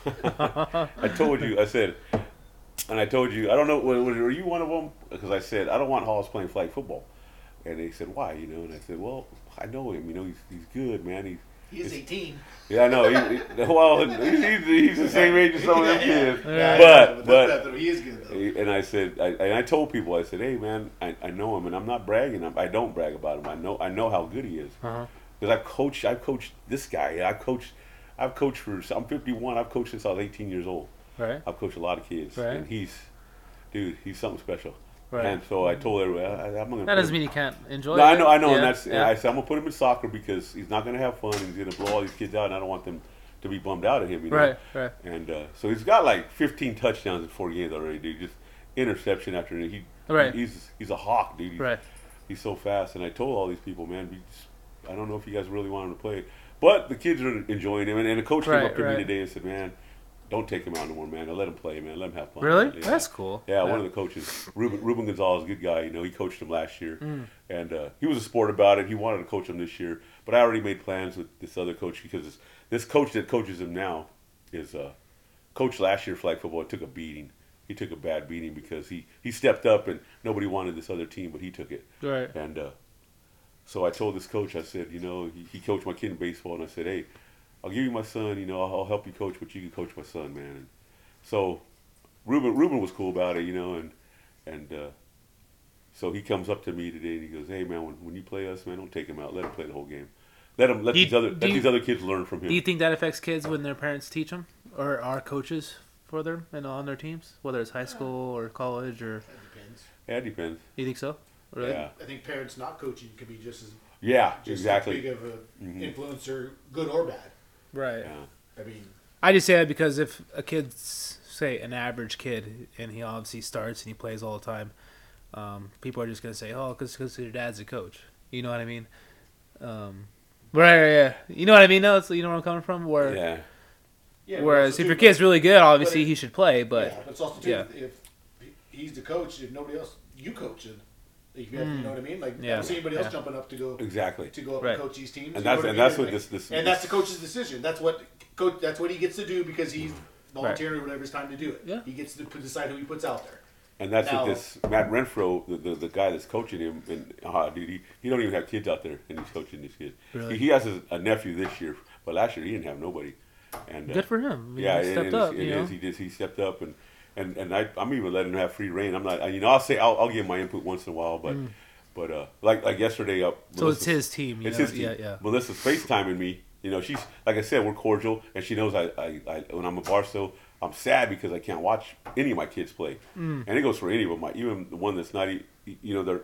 B: I told you. I said, and I told you. I don't know. Were, were you one of them? Because I said I don't want Hollis playing flag football, and they said why? You know, and I said, well, I know him. You know, he's he's good, man. He's
C: He is 18.
B: yeah, I know. He, [LAUGHS] he, well, he's, he's, he's the same age as some
C: Oh,
B: of them kids.
A: Yeah.
B: But,
C: that's
B: but,
C: not- he is good though.
B: and I said, I, and I told people, I said, hey, man, I, I know him, and I'm not bragging. I, I don't brag about him. I know, I know how good he is
A: Uh-huh.
B: because I've coached. I've coached this guy. I've coached. I've coached for. I'm 51. I've coached since I was 18 years old.
A: Right.
B: I've coached a lot of kids,
A: Right.
B: and he's, dude, he's something special.
A: Right.
B: And so I told everybody, I, I- I'm gonna.
A: That
B: put
A: doesn't mean
B: him-
A: you can't enjoy.
B: No,
A: it.
B: I know, I know,
A: Yeah,
B: and that's. And
A: yeah.
B: I said I'm gonna put him in soccer because he's not gonna have fun. He's gonna blow all these kids out, and I don't want them to be bummed out at him. You know?
A: right, right.
B: And uh, so he's got like 15 touchdowns in four games already, dude. Just interception after he.
A: Right.
B: He's he's a hawk, dude. He's,
A: Right.
B: He's so fast, and I told all these people, man, we just, I don't know if you guys really want him to play, but the kids are enjoying him. And, and the coach came
A: Right,
B: up to
A: right.
B: me today and said, man, don't take him out no more, man. Let him play, man. Let him have fun.
A: Really?
B: Yeah.
A: That's cool.
B: Yeah, one of the coaches, Ruben, Ruben Gonzalez, good guy. You know, he coached him last year,
A: Mm.
B: and uh, he was a sport about it. He wanted to coach him this year, but I already made plans with this other coach because this, this coach that coaches him now is uh, coach last year flag football. Took a beating. He took a bad beating because he he stepped up and nobody wanted this other team, but he took it.
A: Right.
B: And uh, so I told this coach, I said, you know, he, he coached my kid in baseball, and I said, hey, I'll give you my son. You know, I'll, I'll help you coach, but you can coach my son, man. And so Ruben Ruben was cool about it, you know, and and uh, so he comes up to me today and he goes, hey man, when, when you play us, man, don't take him out. Let him play the whole game. Let him let
A: Do you-
B: these other
A: do
B: let
A: you-
B: these other kids learn from him.
A: Do you think that affects kids when their parents teach them or are coaches for them and on their teams, whether it's high school or college or
C: That depends.
B: yeah, it depends.
A: you think so? Really?
B: Yeah,
C: I think parents not coaching could be just as
B: yeah,
C: just
B: exactly. Mm-hmm.
C: as big of an influencer, good or bad.
A: Right.
B: Yeah.
C: I mean,
A: I just say that because if a kid's say an average kid and he obviously starts and he plays all the time, um, people are just gonna say, "Oh, because your dad's a coach." You know what I mean? Um, right, right, yeah. You know what I mean? No, it's, you know where I'm coming from. Where
B: Yeah,
C: yeah, but
A: whereas
C: also
A: if
C: too,
A: your kid's really good, obviously
C: it-
A: he should play. But
C: yeah, but it's also too,
A: yeah.
C: if he's the coach, if nobody else, you coach him. If you, have, you know what I mean? Like, I
A: Mm. Yeah.
C: don't see anybody else
A: Yeah.
C: jumping up to go
B: exactly.
C: to go up
A: Right.
C: and coach these teams. you
B: And
C: know
B: that's-
C: I
B: and
C: mean?
B: that's what
C: Like,
B: this- this-
C: and that's the coach's decision. That's what coach. That's what he gets to do because he's volunteering or whatever it's time to do it.
A: Yeah.
C: He gets to p- decide who he puts out there.
B: And that's
C: Now-
B: what this Matt Renfro, the, the, the guy that's coaching him, and ah, dude, he, he don't even have kids out there, and he's coaching these kids.
A: Really?
B: He, he has a, a nephew this year, but last year he didn't have nobody. And uh,
A: good for him. I mean,
B: yeah,
A: he
B: it-
A: stepped
B: it is-
A: up.
B: it
A: you know?
B: is. He did. He stepped up, and and and I, I'm even letting him have free reign. I'm not. I, you know, I'll say I'll, I'll give my input once in a while, but but uh, like like yesterday, uh,
A: Mm. so it's
B: Melissa's-
A: his team. You
B: it's
A: know?
B: his team.
A: Yeah, yeah.
B: Melissa's FaceTiming me. You know, she's like I said, we're cordial, and she knows I, I, I when I'm a Barstow, I'm sad because I can't watch any of my kids play,
A: Mm.
B: and it goes for any of them. Like, even the one that's not, e- you know, they're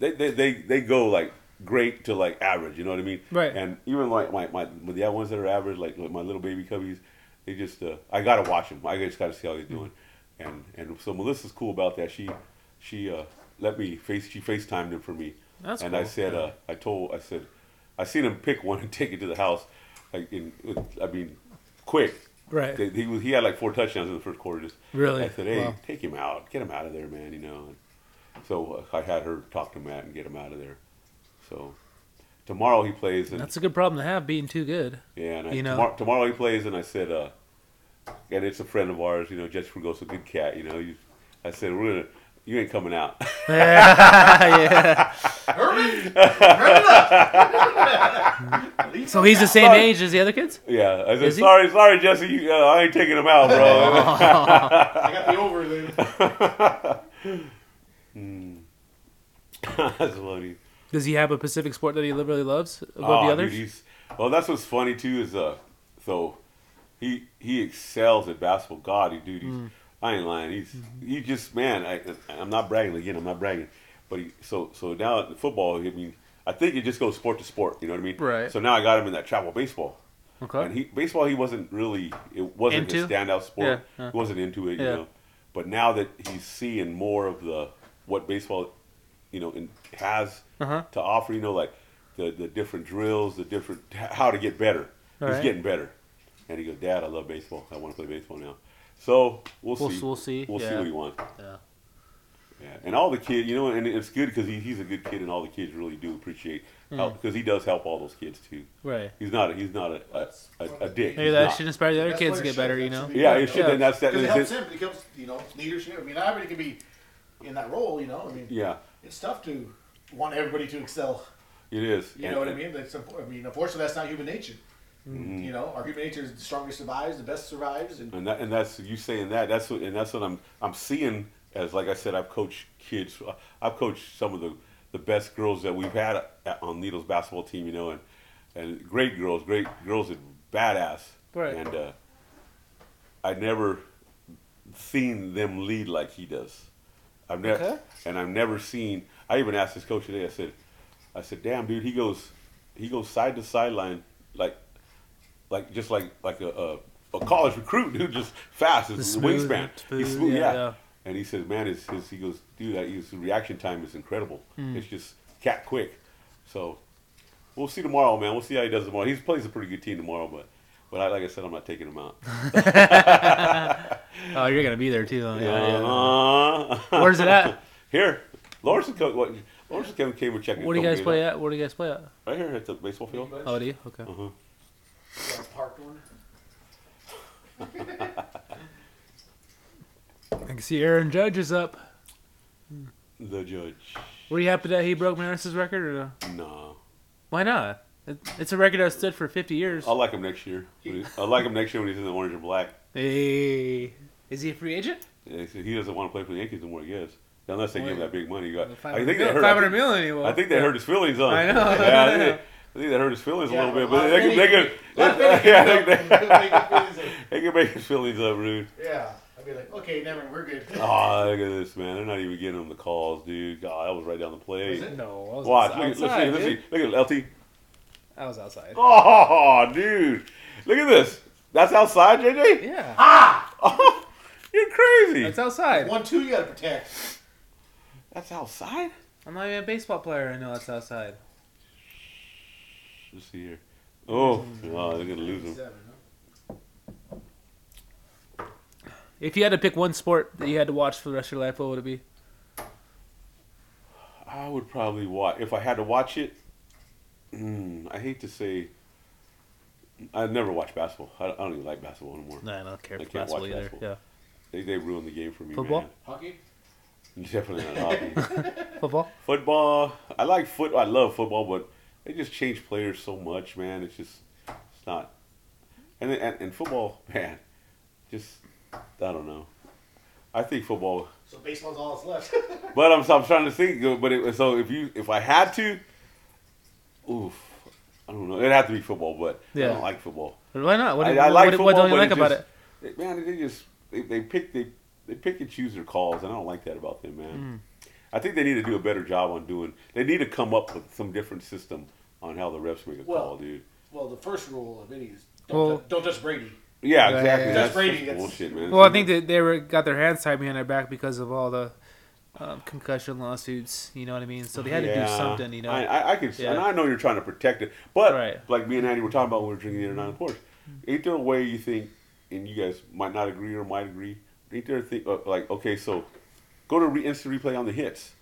B: they they they, they go like great to like average. You know what I mean?
A: Right.
B: And even like my my with the other ones that are average, like my little baby cubbies, they just uh, I gotta watch them. I just gotta see how they're doing, and and so Melissa's cool about that. She she uh, let me face she FaceTimed him for me,
A: That's
B: and I
A: cool.
B: said
A: Yeah.
B: uh, I told I said I seen him pick one and [LAUGHS] take it to the house, like in I mean, quick.
A: Right.
B: They- He was he had like four touchdowns in the first quarter. Just
A: Really?
B: I said, hey,
A: Wow.
B: take him out, get him out of there, man. You know. And so uh, I had her talk to Matt and get him out of there. So tomorrow he plays, and
A: That's a good problem to have, being too good. [LAUGHS]
B: yeah, and I,
A: You know?
B: tomorrow, tomorrow he plays, and I said, uh, and it's a friend of ours, you know, Jess Fregoso, good cat, you know. You, I said, we're gonna, you ain't coming out. [LAUGHS]
A: yeah.
C: Herman, Herman up. Leave
A: So
C: him
A: he's the
C: out.
A: same
B: Sorry.
A: age as the other kids.
B: yeah, I said,
A: Is he?
B: sorry, sorry, Jesse, you, uh, I ain't taking him out,
A: [LAUGHS]
B: bro.
C: I got the overload.
B: [LAUGHS] that's funny.
A: Does he have a Pacific sport that he li- really loves above the
B: Aw,
A: others?
B: dude, he's- well, that's what's funny too is uh, so he he excels at basketball. God, he dude, he's,
A: Mm.
B: I ain't lying. He's
A: Mm-hmm.
B: he just man. I I'm not bragging again. I'm not bragging, but he so so now in football. I mean, I think it just goes sport to sport. You know what I mean?
A: Right.
B: So now I got him in that travel baseball.
A: okay.
B: And he baseball, he wasn't really it wasn't his
A: Into?
B: standout sport.
A: Yeah, yeah.
B: He wasn't into it, you
A: Yeah.
B: know. But now that he's seeing more of the what baseball, you know, in, has
A: Uh-huh.
B: to offer, you know, like the the different drills, the different how to get better. he's
A: Alright.
B: getting better, and he goes, "Dad, I love baseball. I want to play baseball now." So we'll,
A: We'll-
B: see.
A: we'll see,
B: We'll see
A: yeah.
B: what he wants.
A: yeah.
B: Yeah, and all the kids, you know, and it's good because he, he's a good kid, and all the kids really do appreciate
A: Mm.
B: help because he does help all those kids too.
A: Right.
B: He's not a, he's not a, a, a, a dick.
A: Maybe
B: He's
A: that
B: not.
A: should inspire the other
C: That's
A: kids
C: what
A: to get
C: it should-
A: better,
C: that
A: you
C: should
A: know?
C: be
B: Yeah,
C: good,
B: it should.
A: Yeah.
B: And that's that.
C: Because it
B: that's it.
C: helps him. It becomes, you know, leadership. I mean, not everybody can be in that role, you know. I mean,
B: Yeah,
C: it's tough to want everybody to excel.
B: it is.
C: You
B: And-
C: know what I
B: and-
C: mean? That's, unfor- I mean, unfortunately, that's not human nature.
B: Mm-hmm.
C: You know, our human nature is the strongest survives, the best survives, and
B: And that, and that's you saying that. That's what, and that's what I'm, I'm seeing. As like I said, I've coached kids. I've coached some of the, the best girls that we've had at, on Needles basketball team. You know, and, and great girls, great girls that badass.
A: Right.
B: And uh, I uh, never seen them lead like he does. I've never
A: Okay.
B: and I've never seen. I even asked his coach today. I said, I said, damn dude, he goes, he goes side to sideline like, like just like like a. a a college recruit, [LAUGHS] dude, just fast. His
A: smooth-
B: wingspan,
A: smooth,
B: he's smooth,
A: yeah,
B: yeah.
A: yeah.
B: And he says, "Man, his, his he goes, dude, that his reaction time is incredible.
A: Hmm.
B: It's just cat quick." So we'll see tomorrow, man. We'll see how he does tomorrow. He plays a pretty good team tomorrow, but but I, like I said, I'm not taking him out.
A: Oh, you're gonna be there too. Though. [LAUGHS] Yeah, yeah.
B: [LAUGHS] Uh-huh.
A: Where's it at?
B: Here, Lawrence and Co- what, Lawrence and Kevin came and checked.
A: Where do you guys play at? Where do you guys play at?
B: Right here at the baseball field.
A: Oh, do you? Okay.
B: Uh-huh.
C: parked one.
A: I can see Aaron Judge is up.
B: The judge.
A: Were you happy that he broke Maris's record? Or no?
B: No,
A: Why not? It, it's a record that stood for 50 years.
B: I'll like him next year. when he- I'll like him next year when he's in the orange and black.
A: Hey, is he a free agent?
B: And He said he doesn't want to play for the Yankees anymore. He is. Unless they give him that big money, He got- I
A: 500
B: think
A: million-
B: that hurt.
A: 500 million anymore.
B: I think they hurt his feelings on.
A: I know.
B: Yeah, I, think, I think that hurt his feelings a
C: Yeah,
B: little bit,
C: lot
B: but
C: of
B: they could, they
C: Philly-
B: could,
C: lot of
B: [LAUGHS]
C: [LAUGHS] Philly
B: [LAUGHS] yeah, they,
C: fans
B: they,
C: up- they could feel it.
B: they could make his feelings up, dude.
C: Yeah, I'd be like, okay, never, mind, we're good.
B: Oh, look at this, man. They're not even getting him the calls, dude. God, that was right down the plate.
C: Was it?
A: No, I was
B: Watch, look, at-
A: outside.
B: look, see, look, see, look at LT.
A: I was outside.
B: Oh, dude, look at this. That's outside, JJ.
A: Yeah,
B: Oh, you're crazy.
A: that's outside.
C: One, two, you gotta protect.
B: That's outside.
A: I'm not even a baseball player. I know that's outside.
B: Let's see here. Oh, oh, they're gonna lose him.
C: Seven, huh?
A: If you had to pick one sport that you had to watch for the rest of your life, what would it be?
B: I would probably watch if I had to watch it. Mm, I hate to say. I never watch basketball. I don't, I don't even like basketball anymore.
A: Nah, I don't care
B: I
A: for
B: can't
A: basketball
B: watch
A: either.
B: basketball. They, they ruined the game for me.
A: Football?
B: man. [LAUGHS]
C: Hockey?
B: Definitely not hockey.
A: Yeah, football.
B: football. I like foot. I love football, but they just change players so much, man. It's just it's not. And and, and football, [LAUGHS] man, just I don't know. I think football
C: So baseball's all that's left. [LAUGHS]
B: But I'm, so I'm trying to think. But it, so if you if I had to, oof, I don't know. It'd have to be football, but I
A: Yeah.
B: don't like football.
A: Why not? What,
B: I,
A: do-
B: I
A: what-
B: like
A: what,
B: football.
A: what don't you
B: but
A: like
B: it
A: about
B: just-
A: it?
B: it? Man, they just they, they pick they they pick and choose their calls, and I don't like that about them, man.
A: Mm.
B: I think they need to do a better job on doing. They need to come up with some different system on how the refs make a
C: Well-
B: call, dude.
C: well, the first rule of any is
A: Well-
C: don't, tou- don't touch Brady.
B: Yeah,
A: Yeah,
B: exactly.
A: yeah, yeah.
B: That's,
C: That's Brady,
B: that's
C: that's-
B: bullshit, man.
A: Well, I think that they were got their hands tied behind their back because of all the um, concussion lawsuits. You know what I mean? So they had to do
B: Yeah.
A: something. You know?
B: I, I, I can,
A: Yeah.
B: and I know you're trying to protect it, but
A: Right.
B: like me and Andy were talking about when we were drinking the other night, of course, ain't there a way you think, and you guys might not agree or might agree, ain't there a thing uh, like okay, so go to re- instant replay on the hits,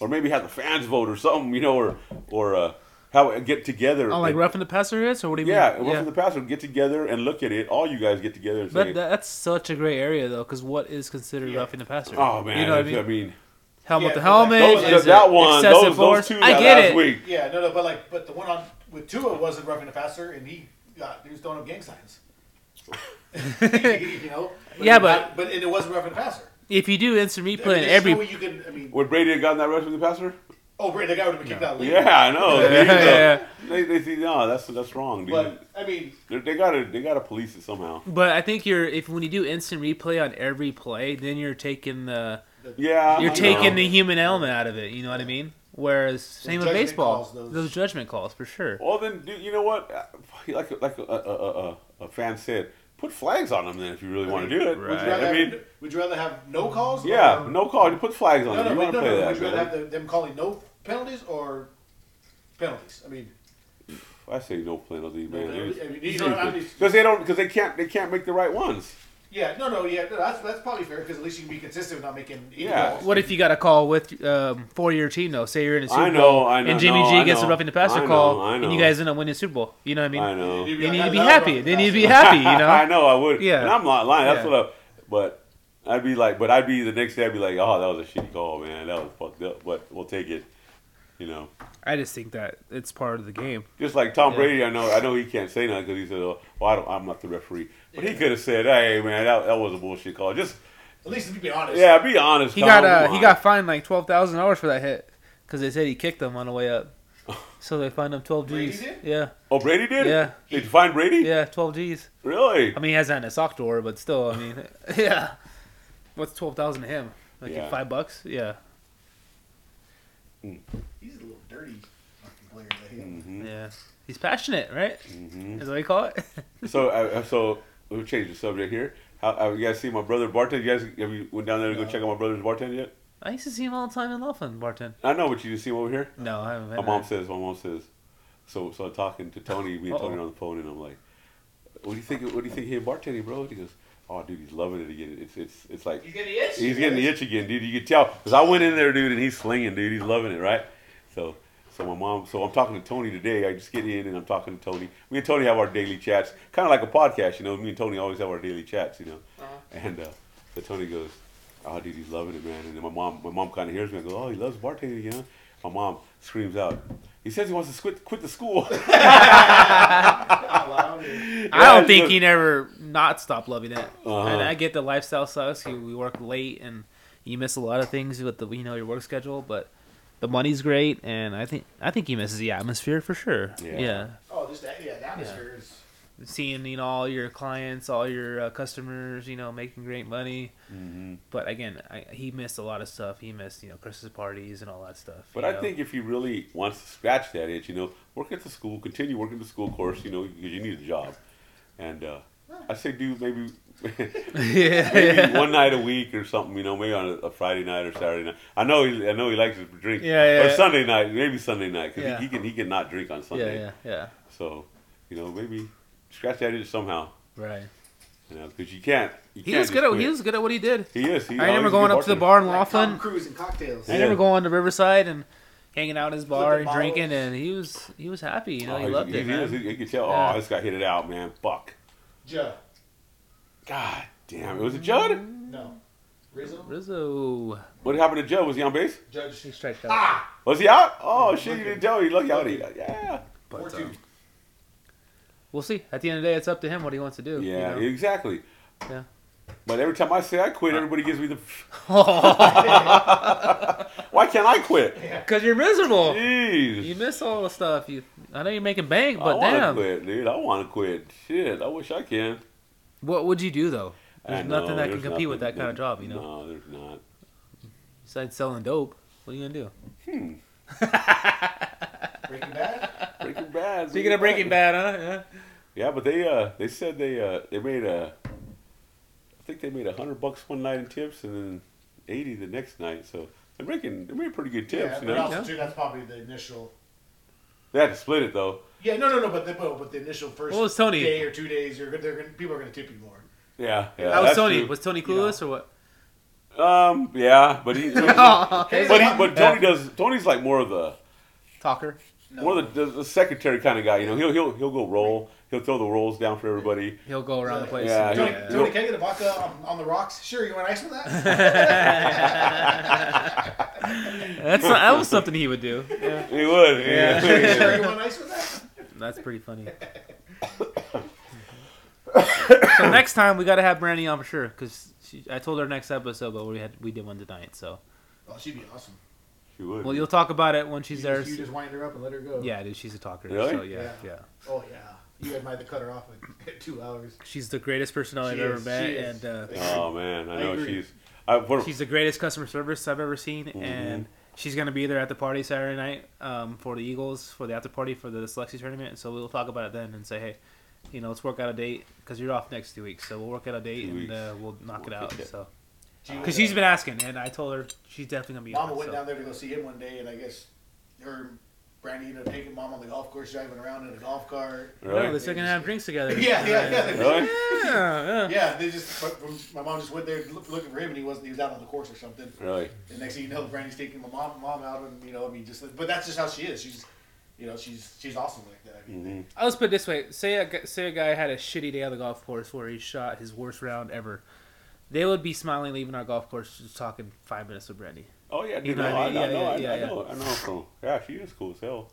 B: or maybe have the fans vote or something, you know, or or uh, how get together.
A: oh, like
B: and-
A: roughing the passer hits, or what do you
B: yeah,
A: mean?
B: yeah. the passer, get together and look at it. All you guys get together and say,
A: That, that, that's such a gray area though, because what is considered
C: Yeah.
A: roughing the passer?
B: "Oh man,
A: you know what I mean?
B: I mean
A: helmet
C: Yeah,
A: to
C: but
A: helmet.
C: that-
B: those,
A: is
B: that
A: it
B: one,
A: excessive
B: those, those
A: force?
B: two
A: I
B: that
A: get
B: last
A: it.
B: week."
C: Yeah, no, no, but like, but the one on with Tua wasn't roughing the passer, and he got he was throwing up
A: [LAUGHS]
C: gang signs. you know.
A: Yeah,
C: it-
A: but-
C: but and it wasn't roughing the passer.
A: If you do instant
C: I
A: replay
C: mean,
A: in
C: there's
A: every
C: no way you can. I mean,
B: Would Brady have gotten that rush with the passer?
C: oh, Brady, the guy would have been kicked out. Later.
B: Yeah, I
A: [LAUGHS]
B: know.
A: Yeah,
B: They-
A: yeah.
B: They, they see no, that's that's wrong, dude.
C: But I mean,
B: They- they gotta they gotta police it somehow.
A: But I think you're if when you do instant replay on every play, then you're taking the
B: Yeah,
A: you're
B: I
A: taking
B: know.
A: the human element out of it. You know what I mean? Whereas same with
C: judgment
A: baseball,
C: calls, those-
A: those. judgment calls for sure.
B: Well, then dude, you know what? Uh, Like like a, a, a, a fan said, put flags on them then if you really want to do it.
C: would you,
A: Right.
C: rather
B: I mean,
C: have, would you rather have no calls? or-
B: yeah, no call. You put flags on
C: No,
B: them.
C: no,
B: You want
C: but
B: to
C: no,
B: play
C: no. Would
B: that?
C: you rather
B: man.
C: have the, them calling no penalties or penalties? I mean,
B: I say no penalty,
C: No,
B: man.
C: no,
B: It's
C: I mean, you know, I'm
B: stupid.
C: just-
B: 'Cause they don't because they can't they can't make the right ones.
C: yeah, no, no, yeah, no, that's that's probably fair because at least you can be consistent with not making any
B: Yeah.
C: calls.
A: What if you got a call with um, for your team though? Say you're in a Super
B: I know,
A: Bowl
B: I know,
A: and Jimmy
B: no, I
A: G gets
B: know.
A: a roughing the passer
B: I know,
A: call,
B: I know.
A: and you guys end up winning the Super Bowl. You know what I mean?
B: I know.
A: They need
C: I
A: to be
C: love
A: happy.
C: roughing
A: They
B: [LAUGHS]
C: the
A: need to be
C: passer.
A: happy. [LAUGHS] You know?
B: I know I would.
A: Yeah.
B: And I'm not lying. That's
A: Yeah.
B: what I. But I'd be like, but I'd be the next day. I'd be like, oh, that was a shitty call, man. That was fucked up. But we'll take it. You know,
A: I just think that it's part of the game.
B: just like Tom
A: Yeah.
B: Brady. I know. I know he can't say nothing because he said, oh, well, I don't, I'm not the referee. But he could have said, hey, man, that, that was a bullshit call. Just
C: At least if you be honest.
B: yeah, be honest.
A: He
B: Tom,
A: got
B: come
A: uh, he
B: on.
A: got fined like twelve thousand dollars for that hit because they said he kicked them on the way
B: [LAUGHS]
A: up. So they fined him twelve
C: Brady
A: G's.
C: did?
A: Yeah,
B: Oh, Brady did.
A: Yeah.
B: Did you find Brady?
A: yeah, twelve G's.
B: Really? [LAUGHS]
A: I mean, he has that in his sock drawer, but still, I mean, [LAUGHS] yeah. what's twelve thousand to him? Like
B: Yeah.
A: five bucks? Yeah.
C: He's a little dirty fucking player. I hate him.
B: hmm
A: Yeah. He's passionate, right?
B: hmm
A: Is that what you call it? [LAUGHS]
B: So, I, I- so we'll change the subject here. How, have you guys seen my brother bartend? You guys have you went down there to go
C: No.
B: check out my brother's bartend yet?
A: I used to see him all the time in Laughlin, Barton.
B: I know, but you just see him over here.
A: No, I haven't been
B: My mom
A: there.
B: says, my mom says. So, so I'm talking to Tony, me and Tony
A: Uh-oh.
B: are on the phone, and I'm like, "What do you think? What do you think he and bartending, bro?" And he goes, "Oh, dude, he's loving it again. It's it's it's like
D: He's getting itch.
B: He's getting the itch again, dude. You can tell because I went in there, dude, and he's slinging, dude. He's loving it, right? So, so my mom. So I'm talking to Tony today. I just get in and I'm talking to Tony. Me and Tony have our daily chats, kind of like a podcast, you know. Me and Tony always have our daily chats, you know. And uh, so Tony goes, "Oh, dude, he's loving it, man." And then my mom, my mom kind of hears me. I go, "Oh, he loves bartending, you know." My mom screams out, "He says he wants to quit, quit the school." [LAUGHS]
C: Out loud.
A: I
C: and-
B: [LAUGHS]
A: don't think
B: look.
A: he never not stopped loving it.
B: Uh-huh.
A: And I get the lifestyle sucks. You- We work late and you miss a lot of things with the you know your work schedule, but the money's great, and I think I think he misses the atmosphere for sure.
B: Yeah.
A: Yeah,
C: Oh, just that, yeah, the atmosphere is.
A: seeing you know all your clients, all your uh, customers, you know, making great money.
B: hmm
A: But again, I, he missed a lot of stuff. He missed you know Christmas parties and all that stuff.
B: But
A: you
B: I
A: know? [LAUGHS]
B: think if he really wants to scratch that itch, you know, work at the school, continue working the school course, you know, because you need a job. And uh, I say, dude, maybe [LAUGHS]
A: yeah,
B: maybe
A: [LAUGHS] yeah.
B: one night a week or something, you know, maybe on a, a Friday night or Saturday night. I know he, I know he likes to drink.
A: Yeah, yeah,
B: Or
A: yeah.
B: Sunday night, maybe Sunday night, because
A: Yeah.
B: he, he can he can not drink on
A: yeah,
B: Sunday.
A: yeah, yeah.
B: So, you know, maybe scratch that itch somehow,
A: Right.
B: you know, because you can't. You
A: He
B: can't
A: was
B: just
A: good at
B: quit.
A: he was good at what he did.
B: He is. He
A: I remember
B: always a good
A: going up to the
B: bartender.
A: bar in
C: Like Tom
A: Laughlin.
C: Cruise and cocktails.
A: I
B: Yeah.
A: remember going to Riverside and hanging out in his bar and
C: bottles.
A: drinking, and he was he was happy. You know,
B: Oh,
A: he loved
B: he,
A: it.
B: He
A: man.
B: is. You you could tell.
A: Yeah.
B: Oh, this guy hit it out, man. Fuck.
C: Joe.
B: God damn. It was a Judd.
C: No. Rizzo.
A: Rizzo,
B: What happened to Joe? Was he on base?
A: he
C: Judge.
A: striked out.
C: Ah!
B: Was he out? Oh shit! You didn't tell me. Look out! He, yeah,
A: but,
C: Four-two.
A: um, we'll see. At the end of the day, it's up to him what he wants to do. you
B: yeah,
A: know?
B: exactly.
A: Yeah. Uh,
B: But every time I say I quit, everybody gives me the. Why can't I quit?
A: [LAUGHS] Cause you're miserable.
B: Jeez.
A: Oh, You miss all the stuff. You, I know you're making bank,
B: I
A: but
B: wanna
A: damn,
B: quit, dude. I want to quit. Shit, I wish I can.
A: what would you do though?
B: I
A: There's
B: know,
A: nothing that can
B: there's
A: compete with that
B: nothing.
A: kind of job, you know.
B: No, there's not.
A: Besides selling dope, what are you gonna do?
C: Breaking Bad?
B: Breaking Bad.
A: [LAUGHS] Speaking of Breaking Bad, huh? Yeah.
B: Yeah, but they uh they said they uh they made a. I think they made a hundred bucks one night in tips and then eighty the next night. So they're making they made pretty good tips.
C: yeah,
B: you
C: but
B: know,
C: also, too, that's probably the initial.
B: they had to split it though.
C: Yeah, no, no, no, but the, but but the initial first
A: Well, it's Tony.
C: day or two days, you're, gonna- they're gonna, people are going to tip you more.
B: Yeah, yeah.
A: that was
B: that's
A: Tony.
B: true.
A: Was Tony clueless or [LAUGHS] what?
B: Um, yeah, but
A: [LAUGHS]
B: he, but
A: Oh,
B: he,
A: okay.
B: but Tony does. Tony's like more of the
A: Talker.
B: more of the, the, the secretary kind of guy. You know, he'll he'll he'll go roll. He'll throw the rolls down for everybody.
A: He'll go around the place.
B: Yeah,
A: and-
C: Tony,
B: yeah.
C: Tony, can I get a vodka on, on the rocks? Sure, you want ice with that?
A: [LAUGHS] That's not, that was something he would do. Yeah.
B: He would.
C: sure,
B: Yeah.
C: you want ice with that?
A: That's pretty funny. so next time we got to have Brandy on for sure because I told her next episode, but we had we did one tonight. So
C: Oh, she'd be awesome.
B: [LAUGHS] he would.
A: well, you'll talk about it when she's
C: you,
A: there.
C: just, you just wind her up and let her go.
A: Yeah, dude, she's a talker.
B: Really?
A: So yeah,
C: Yeah.
A: yeah,
C: Oh yeah. You guys might have cut her off in [LAUGHS] two hours.
A: She's the greatest personality
C: She
A: I've ever
C: is,
A: met,
C: she is.
A: and uh,
B: oh man, I
C: I
B: know
C: agree.
B: she's. I, for,
A: she's the greatest customer service I've ever seen.
B: Mm-hmm.
A: And she's gonna be there at the party Saturday night um, for the Eagles for the after party for the Dyslexia tournament. So we'll talk about it then and say, hey, you know, let's work out a date because you're off next two weeks. So we'll work out a date
B: Two
A: and
B: weeks.
A: uh, we'll knock
B: We'll
A: it out.
B: kick it.
A: So
C: She
A: because
C: was, uh,
A: she's been asking, and I told her she's definitely gonna be
C: Mama
A: on.
C: went
A: so.
C: down there to go see him one day, and I guess her, Brandy, ended up taking mom on the golf course, driving around in a golf cart.
A: No,
B: really?
A: they're gonna have drinks together.
C: [LAUGHS] Yeah, yeah, yeah.
A: [LAUGHS]
B: [LAUGHS] Really?
A: yeah, yeah.
C: Yeah, they just but from, my mom just went there look- looking for him, and he wasn't. He was out on the course or something.
B: Really?
C: And next thing you know, Brandy's taking my mom, mom out, and you know, I mean, just but that's just how she is. She's, you know, she's she's awesome like that. I mean,
B: hmm
A: Let's put it this way: say a gu- say a guy had a shitty day on the golf course where he shot his worst round ever. They would be smiling, leaving our golf course, just talking five minutes with Brandy.
B: Oh yeah, dude.
A: You
B: No,
A: know what
B: I,
A: I mean?
B: I
A: Yeah,
B: know. I,
A: yeah,
B: I
A: yeah,
B: know. I know. From yeah, she is cool as hell.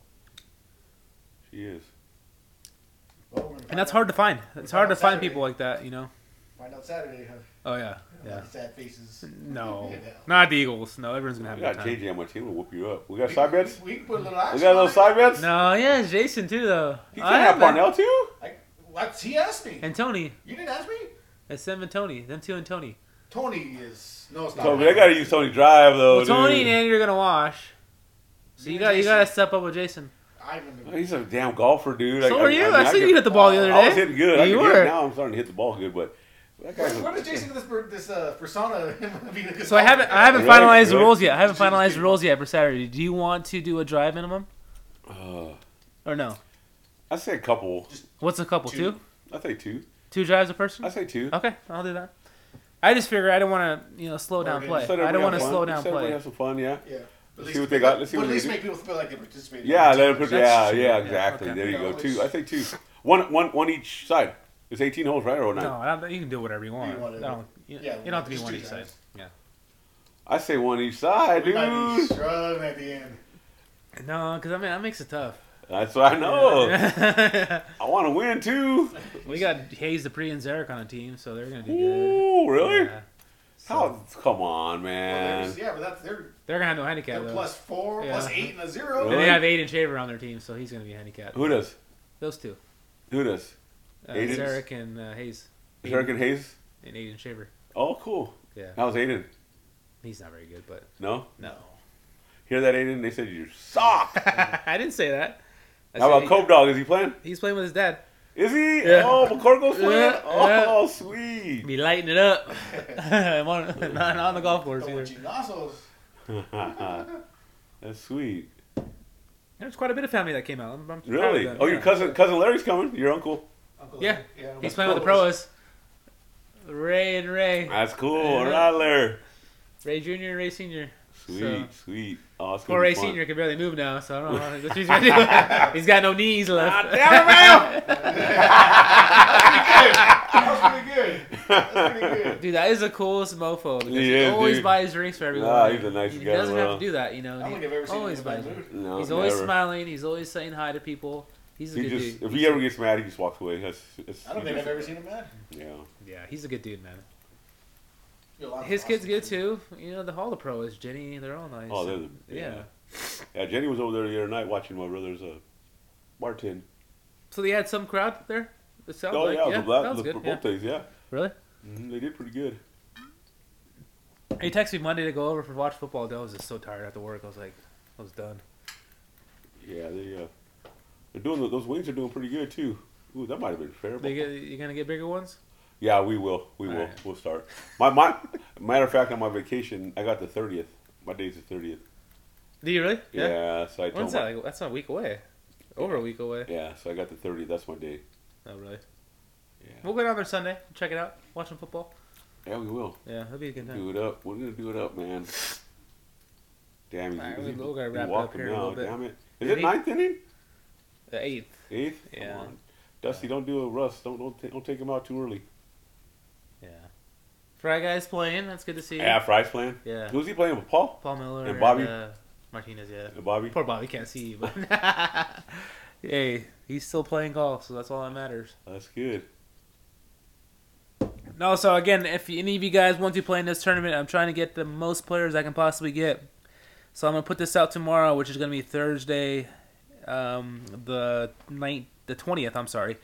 B: She is. Mm-hmm.
C: well, we're gonna
A: And that's hard to find. It's hard to find
C: Saturday.
A: people like that, you know.
C: Find out Saturday. Huh?
A: Oh yeah, yeah.
C: Like sad faces. [LAUGHS]
A: No,
C: Yeah.
A: not the Eagles. No, everyone's gonna
B: We
A: have a
B: got
A: good time.
B: JJ on my team. We'll whoop you up. We got
A: [LAUGHS]
B: side bets.
C: We, we can put a little action.
B: We got a little
C: on it.
B: side bets.
A: No, yeah, it's Jason too though.
B: He
A: I
B: can have
A: haven't.
B: Parnell too.
C: Like, what? He asked me.
A: And Tony.
C: You didn't ask me.
A: It's them and Tony. Them two and Tony.
C: Tony is no, it's not.
B: So, but they gotta use Tony Drive though.
A: Well, Tony and
B: Oh, dude.
A: Andy are gonna wash. So you
C: Me and
A: got you
C: Jason.
A: got to step up with Jason.
C: Ivan.
B: He's a damn golfer, dude.
A: So were you. I seen
B: could-
A: you hit the ball the other
B: I was
A: day.
B: hitting good. I
A: You
B: could hit-
A: were.
B: Now I'm starting to hit the ball good, but that
C: Where,
B: guy's
C: where does Jason get this per- this uh, persona? [LAUGHS] of him being a good
A: So I haven't I haven't
B: Right,
A: finalized the
B: right.
A: rules yet. I haven't
C: Jesus,
A: finalized the
C: dude.
A: rules yet for Saturday. Do you want to do a drive minimum
B: Uh,
A: or no?
B: I say a couple.
A: What's a couple
C: Two.
A: two?
B: I say two.
A: Two drives a person.
B: I say two.
A: Okay, I'll do that. I just figure I don't want to you know slow
C: Or
A: down
C: maybe
A: play.
B: Let's let
A: I don't
B: everybody
A: want to
B: have fun.
A: slow down
B: Let's everybody
A: play.
B: Have some fun, yeah.
C: Yeah. But at
B: see
C: least-
B: what they got. Let's see
C: but
B: what
C: at
B: they
C: least
B: do.
C: make people feel like they participated.
B: Yeah, let him put. Yeah,
A: That's-
B: yeah,
A: yeah,
B: exactly.
A: okay.
B: There you
C: Yeah,
B: go.
C: let's-
B: Two. I say two. One, one, one each side. It's 18 holes, right, or nine?
A: No, I don't, you can do whatever you want.
C: You want it.
A: I don't, you,
C: Yeah,
A: you don't have to be
C: just
A: one
C: do
A: each side.
C: drives.
B: I say one each side,
C: We might be
B: dude.
C: struggling at the end.
A: No, because I mean that makes it tough.
B: That's what I
A: [LAUGHS]
B: know.
A: we
B: I want to win too.
A: got Hayes, the pre and Zarek on a team, so they're gonna do good.
B: Ooh, really?
A: Yeah. So
B: How? Come on,
C: Well,
B: man.
C: there's- yeah, but that's they're,
A: they're gonna have no handicap
C: they're
A: though.
C: plus four,
A: Yeah.
C: plus eight, and a zero.
A: And
B: Really?
A: they have Aiden Shaver on their team, so he's gonna be handicapped.
B: Who does?
A: Those two,
B: Who does?
A: uh,
B: Aiden's-
A: Zarek and uh, Hayes,
B: Jerk and Hayes.
A: and Aiden Shaver.
B: Oh, cool.
A: Yeah,
B: How's Aiden?
A: he's not very good, but
B: No.
A: no,
B: Hear that, Aiden? They said you suck.
A: [LAUGHS] I didn't say that. I
B: How
A: said
B: about Cope Dog? Is he playing?
A: he- He's playing with his dad.
B: Is he?
A: Yeah.
B: Oh, McCorkle's playing.
A: Yeah,
B: Oh, sweet. [LAUGHS]
A: Be lighting it up. [LAUGHS] I'm on- not on the golf course
C: Don't
A: either.
C: want you nozzles.
B: That's sweet.
A: There's quite a bit of family that came out. I'm, I'm proud of
B: Really?
A: them,
B: Oh, your
A: yeah.
B: cousin, cousin Larry's coming. Your uncle.
C: Uncle-
A: Yeah.
C: yeah
A: He's
C: Uncle
A: playing with the
C: Phil.
A: pros. Ray and Ray.
B: That's cool.
A: Yeah.
B: All right, Larry.
A: Ray Jr. and Ray Sr.
B: Sweet,
A: So-
B: sweet. Oh, it's
A: Poor
B: gonna
A: Ray
B: be fun.
A: Sr. can barely move now, so I don't know what he's going to do. he's
B: [LAUGHS]
A: got no knees
B: Ah,
A: left.
B: damn it, man!
A: [LAUGHS]
B: [LAUGHS]
C: That's pretty good. That's pretty
A: [LAUGHS]
C: good.
A: Dude, that is the coolest mofo. Because
B: He
A: he,
B: is,
A: always
B: dude.
A: buys drinks for everyone.
B: Nah, he's a nice
A: he
B: guy,
A: doesn't
B: bro.
A: have to do that, you know.
C: I don't
A: and
C: think
A: he
C: I've ever seen
A: always
C: anybody
A: buys
C: move.
A: drinks.
B: no,
A: He's always
B: never.
A: smiling. He's always saying hi to people. He's a
B: He
A: good
B: just,
A: dude.
B: if he ever gets mad, he just walks away. That's, it's,
C: I don't think I've ever seen him mad.
B: Yeah.
A: Yeah, he's a good dude, man.
C: You know, a lot of
A: His kids
C: awesome
A: good too. You know, the Hall of Pro is Jenny. They're all nice.
B: Oh, they're the,
A: yeah.
B: yeah. Yeah, Jenny was over there the other night watching my brother's uh, bartend.
A: So they had some crowd there. It sounds
B: Oh
A: like
B: yeah,
A: yeah,
B: the black,
A: that was
B: the,
A: good.
B: for
A: yeah.
B: both days, yeah.
A: Really?
B: hmm They did pretty good.
A: He texted me Monday to go over for watch football. Dude, I was just so tired after work. I was like, I was done.
B: Yeah, they uh, they're doing the, those wings are doing pretty good too. Ooh, that might have been fair.
A: They get, you gonna get bigger ones?
B: Yeah, we will. We
A: All
B: will.
A: right.
B: We'll start. My my matter of fact, on my vacation, I got the thirtieth. My day's the thirtieth.
A: Do you really?
B: Yeah. so I told
A: When's
B: my,
A: that? Like, that's not a week away. Over a week away.
B: Yeah, so I got the thirtieth. That's my day.
A: Not really.
B: Yeah,
A: We'll go down there Sunday. Check it out. Watch some football.
B: yeah, we will
A: Yeah, that'd be a good time.
B: do it up. We're gonna do it up, man. Damn, he's,
A: All right,
B: he's,
A: we- we'll go
B: he
A: wrap it up
B: walked
A: here
B: him
A: in a little
B: out,
A: bit.
B: Damn it! Is
A: Did
B: it
A: he-
B: ninth inning?
A: The eighth.
B: Eighth?
A: Yeah.
B: Come on. Dusty, don't do a rust. Don't don't, ta- don't take him out too early.
A: Yeah. Fry guys playing. That's good to see.
B: Yeah, Fry's playing.
A: Yeah.
B: Who's he playing with? Paul
A: Paul Miller
B: And Bobby?
A: uh, Martinez. Yeah.
B: and Bobby.
A: Poor Bobby can't see
B: [LAUGHS]
A: you, but [LAUGHS] hey, he's still playing golf, so that's all that matters.
B: That's good.
A: No, so again, if any of you guys want to play in this tournament, I'm trying to get the most players I can possibly get. So I'm gonna put this out tomorrow, which is gonna be Thursday, um, the ninth, the twentieth. I'm sorry,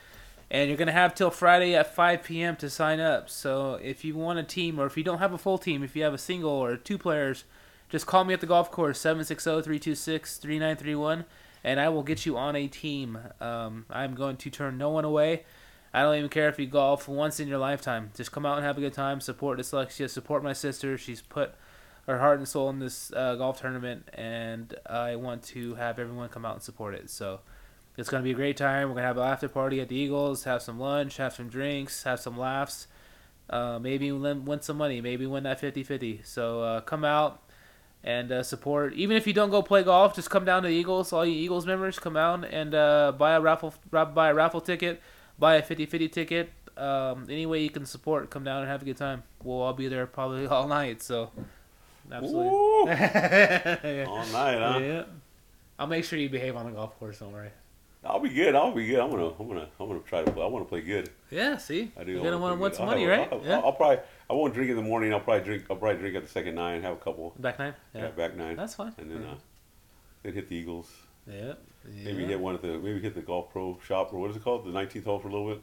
A: and you're gonna have till Friday at 5 p.m. to sign up. So if you want a team, or if you don't have a full team, if you have a single or two players, just call me at the golf course 760-326-3931, and I will get you on a team. Um, I'm going to turn no one away. I don't even care if you golf once in your lifetime. Just come out and have a good time. Support dyslexia. Support my sister. She's put her heart and soul in this uh, golf tournament, and I want to have everyone come out and support it. So it's going to be a great time. We're going to have an after party at the Eagles, have some lunch, have some drinks, have some laughs. Uh, maybe win win some money. Maybe win that 50 50. So uh, come out and uh, support. Even if you don't go play golf, just come down to the Eagles. All you Eagles members, come out and uh, buy a raffle ra- buy a raffle ticket, buy a 50-50 ticket. Um, any way you can support, come down and have a good time. We'll all be there probably [LAUGHS] all night. So, absolutely.
B: Woo!
A: [LAUGHS] yeah.
B: All night, huh?
A: Yeah. I'll make sure you behave on the golf course. Don't worry.
B: I'll be good. I'll be good. I'm gonna, I'm gonna, I'm gonna try to play. I want to play good.
A: Yeah. See,
B: I do.
A: you're gonna
B: wanna
A: want
B: play
A: to win some
B: good. I'll
A: money,
B: have
A: right?
B: a- I'll,
A: yeah.
B: I'll probably, I won't drink in the morning. I'll probably drink. I'll probably drink at the second nine. Have a couple.
A: Back nine.
B: Yeah,
A: Yeah.
B: back nine.
A: That's fine.
B: and then, uh, then hit the Eagles.
A: yeah.
B: Maybe
A: yeah.
B: hit one of the. Maybe hit the golf pro shop or what is it called? The 19th hole for a little bit.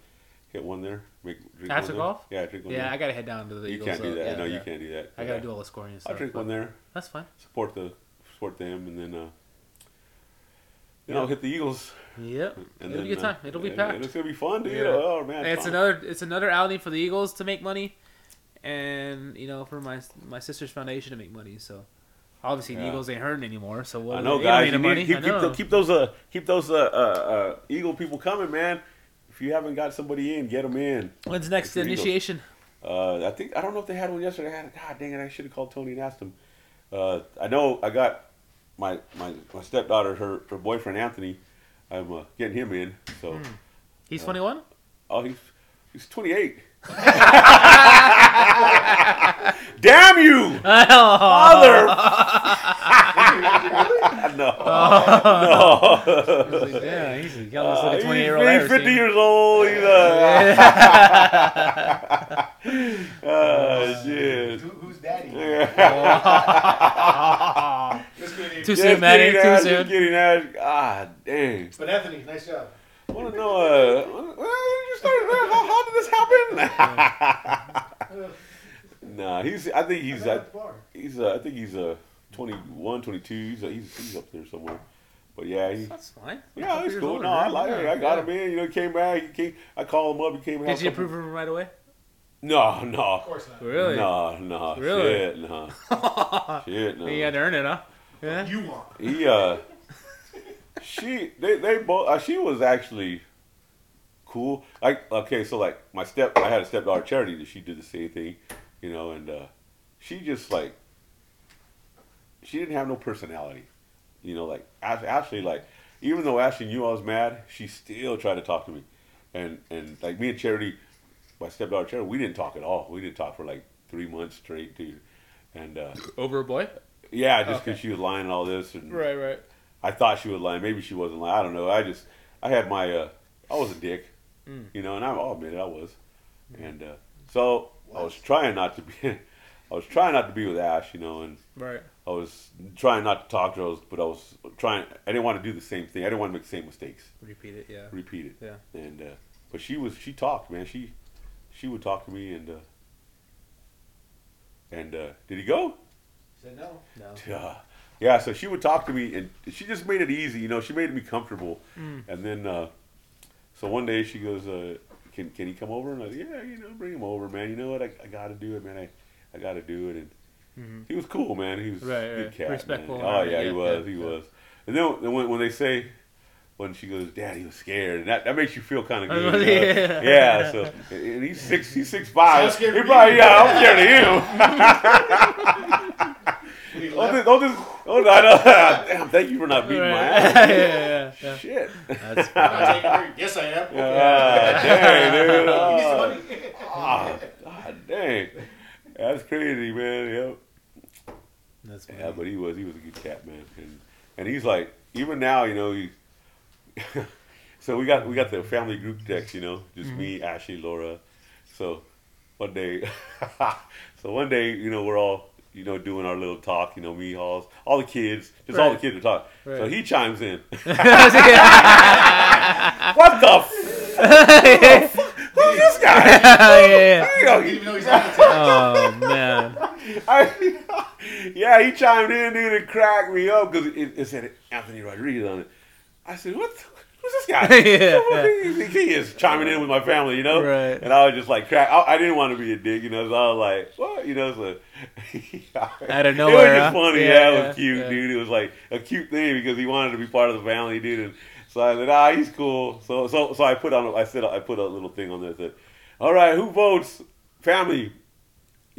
B: hit one there. Make drink
A: After
B: one
A: golf?
B: There. Yeah, drink one.
A: yeah, I
B: there.
A: gotta head down to the.
B: you
A: Eagles,
B: can't do
A: though.
B: that.
A: Yeah,
B: no, you
A: yeah.
B: can't do that.
A: I gotta
B: Yeah.
A: do all the scoring and
B: I'll
A: stuff.
B: drink
A: but
B: one there.
A: That's fine.
B: Support the support them, and then uh,
A: Yeah.
B: then I'll hit the Eagles.
A: Yep.
B: And
A: It'll
B: then,
A: be a good
B: uh,
A: time. It'll be
B: and-
A: packed.
B: and it's gonna be fun, dude.
A: Yeah.
B: Oh man,
A: And it's
B: fun.
A: another it's another outing for the Eagles to make money, and you know for my my sister's foundation to make money. So obviously the
B: Yeah.
A: Eagles ain't hurting anymore. So what
B: I
A: do
B: know,
A: they- they don't
B: guys.
A: need
B: You
A: the
B: need, keep,
A: money.
B: keep,
A: I
B: the,
A: know.
B: keep those uh, keep those uh, uh, uh, Eagle people coming, man. If you haven't got somebody in, get them in.
A: When's next
B: Keep your Eagles.
A: initiation?
B: Uh, I think I don't know if they had one yesterday. I had, God dang it! I should have called Tony and asked him. Uh, I know I got my my my stepdaughter, her her boyfriend Anthony. I'm uh, getting him in. So
A: Hmm.
B: Uh,
A: He's twenty one.
B: oh, he's he's 28. [LAUGHS] Damn you,
A: [LAUGHS] Oh,
B: mother! no, no.
A: Yeah, he's the
B: Uh,
A: youngest looking
B: he's-
A: twenty eight year
B: he's
A: old. [LAUGHS]
B: 50 years old. He's uh, uh, shit.
C: Who, who's daddy? Let's get it.
A: Too
B: Just
A: soon, Manny.
B: kidding,
A: Too
B: Ash,
A: soon.
B: Just kidding, Ash. Ah, dang.
C: But Anthony, nice job.
B: I want to know. Uh, wanna- well, you just started, well, how, how did this happen?
C: Uh,
B: [LAUGHS] nah, he's. I think he's.
C: I
B: I,
C: got the bar.
B: he's. Uh, I think he's uh, 21, 22. He's, uh, he's. He's up there somewhere. But yeah, he,
A: That's fine.
B: yeah,
A: He's
B: it's
A: years
B: cool.
A: older,
B: No, I
A: man.
B: like it. I
A: Yeah.
B: got him in. You know, came back. He came. I called him up. He came. out
A: Did you
B: couple-
A: approve of him right away?
B: No,
C: Of
B: no.
C: course not.
A: Really? [LAUGHS]
B: No, no.
A: Really?
B: Shit, no. Shit, no.
A: He had to earn it, huh? Yeah.
C: You want?
B: he uh she they they both uh, she was actually cool like okay so like my step i had a stepdaughter charity that she did the same thing you know and uh she just like she didn't have no personality you know like Ash- ashley like even though ashley knew i was mad she still tried to talk to me and and like me and charity my stepdaughter charity we didn't talk at all we didn't talk for like three months straight dude and uh
A: Over a boy.
B: yeah just because
A: Okay.
B: she was lying and all this and
A: right.
B: I thought she was lying. Maybe she wasn't lying. I don't know. I just, I had my, uh, I was a dick,
A: Mm.
B: you know, and I, I'll admit it, I was. And uh, so I was trying not to be, [LAUGHS] I was trying not to be with Ash, you know, and
A: Right.
B: I was trying not to talk to her, I was- but I was trying, I didn't want to do the same thing. I didn't want to make the same mistakes,
A: Repeat it. Yeah.
B: repeat it.
A: Yeah.
B: And, uh, but she was, she talked, man. She, she would talk to me and, uh, and, uh, did he go?
C: Said no.
A: No.
B: Yeah. Yeah, so she would talk to me, and she just made it easy, you know. She made me comfortable,
A: Mm.
B: and then uh, so one day she goes, uh, "Can can he come over?" And I was, "Yeah, you know, bring him over, man. You know what? I, I got to do it, man. I, I got to do it." And
A: Mhm.
B: he was cool, man. He was
A: Right,
B: a good
A: right.
B: cat,
A: Respectful
B: man.
A: and
B: Oh yeah,
A: everything. Yeah,
B: he was,
A: yeah,
B: he
A: yeah.
B: was. And then then when, when they say when she goes, "Dad, he was scared," and that, that makes you feel kind
A: [LAUGHS]
B: of good. you know?
A: Yeah.
B: yeah. So and he's six, he's six
C: So I'm
B: five. He
C: scared of
B: probably
C: you.
B: yeah, I'm scared of him.
C: We
B: Oh,
C: left.
B: this, oh, this, oh, no, no. [LAUGHS] Damn, thank you for not beating
A: [LAUGHS]
B: my
A: Right.
B: ass.
A: yeah, yeah,
B: Shit. Ah,
A: yeah.
B: [LAUGHS]
A: That's
C: I'm not taking her. Yes, I am.
B: dang, dude.
C: You need some
B: Ah,
C: money?
B: ah, ah, dang. That's crazy, man. Yep.
A: that's funny.
B: Yeah, but he was, he was a good cat, man. And, and he's like, even now, you [LAUGHS] know, he. so we got we got the family group text, you know, just me, Ashley, Laura. So one day, [LAUGHS] so one day, you know, we're all you know doing our little talk, you know, me, Halls, all the kids, just all the
A: Right.
B: kids are talking. So
A: Right.
B: he chimes in.
A: yeah,
B: What the? F- who's this guy?
A: [LAUGHS] [LAUGHS] yeah.
B: You
C: I didn't
B: know,
C: even know he's on the table.
A: Oh man.
B: I- [LAUGHS] yeah, he chimed in, dude, and cracked me up because it, it said Anthony Rodriguez on it. I said, "What? the- Who's this guy?"
A: [LAUGHS] Yeah.
B: Who do you think He is chiming in with my family, you know.
A: Right.
B: And I was just like, crack. I, I didn't want to be a dick, you know. So I was like, "What?" You know. So [LAUGHS]
A: Out of
B: it
A: nowhere,
B: was
A: huh?
B: just funny.
A: Yeah,
B: Yeah, it
A: yeah,
B: was cute,
A: yeah.
B: dude. It was like a cute thing because he wanted to be part of the family, dude. And so I said, ah, he's cool. So so so I put on. I said I put a little thing on there that, said, all right, who votes family?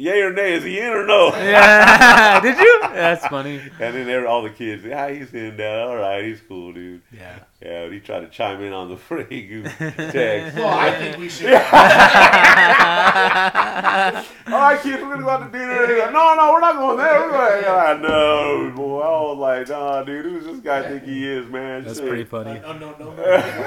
B: Yay or nay? Is he in or no?
A: Yeah. [LAUGHS] Did you? That's funny.
B: [LAUGHS] And then there were all the kids. Yeah, he's in there. All right, he's cool, dude.
A: Yeah. [LAUGHS]
B: Yeah, but he tried to chime in on the [LAUGHS] freaking text.
A: [LAUGHS]
C: Well, I think we should.
B: All right, kids, we're gonna go out to dinner. He's like, no, no, we're not going there. We're going. I know, boy. I was like, nah, dude. Who's this guy think he is, man?
A: That's
B: Shit. [LAUGHS]
A: pretty funny.
C: Oh, No, no, no, no.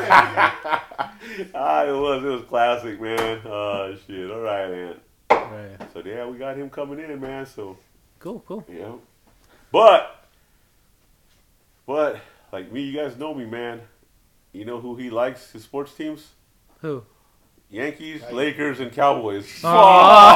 B: ah, it was. It was classic, man. Oh shit. All right, man.
A: Right.
B: So yeah, we got him coming in, man. So
A: Cool. Cool.
B: yeah, but but like me, you guys know me, man. You know who he likes? His sports teams.
A: Who?
B: Yankees, Lakers, and Cowboys.
A: Aw.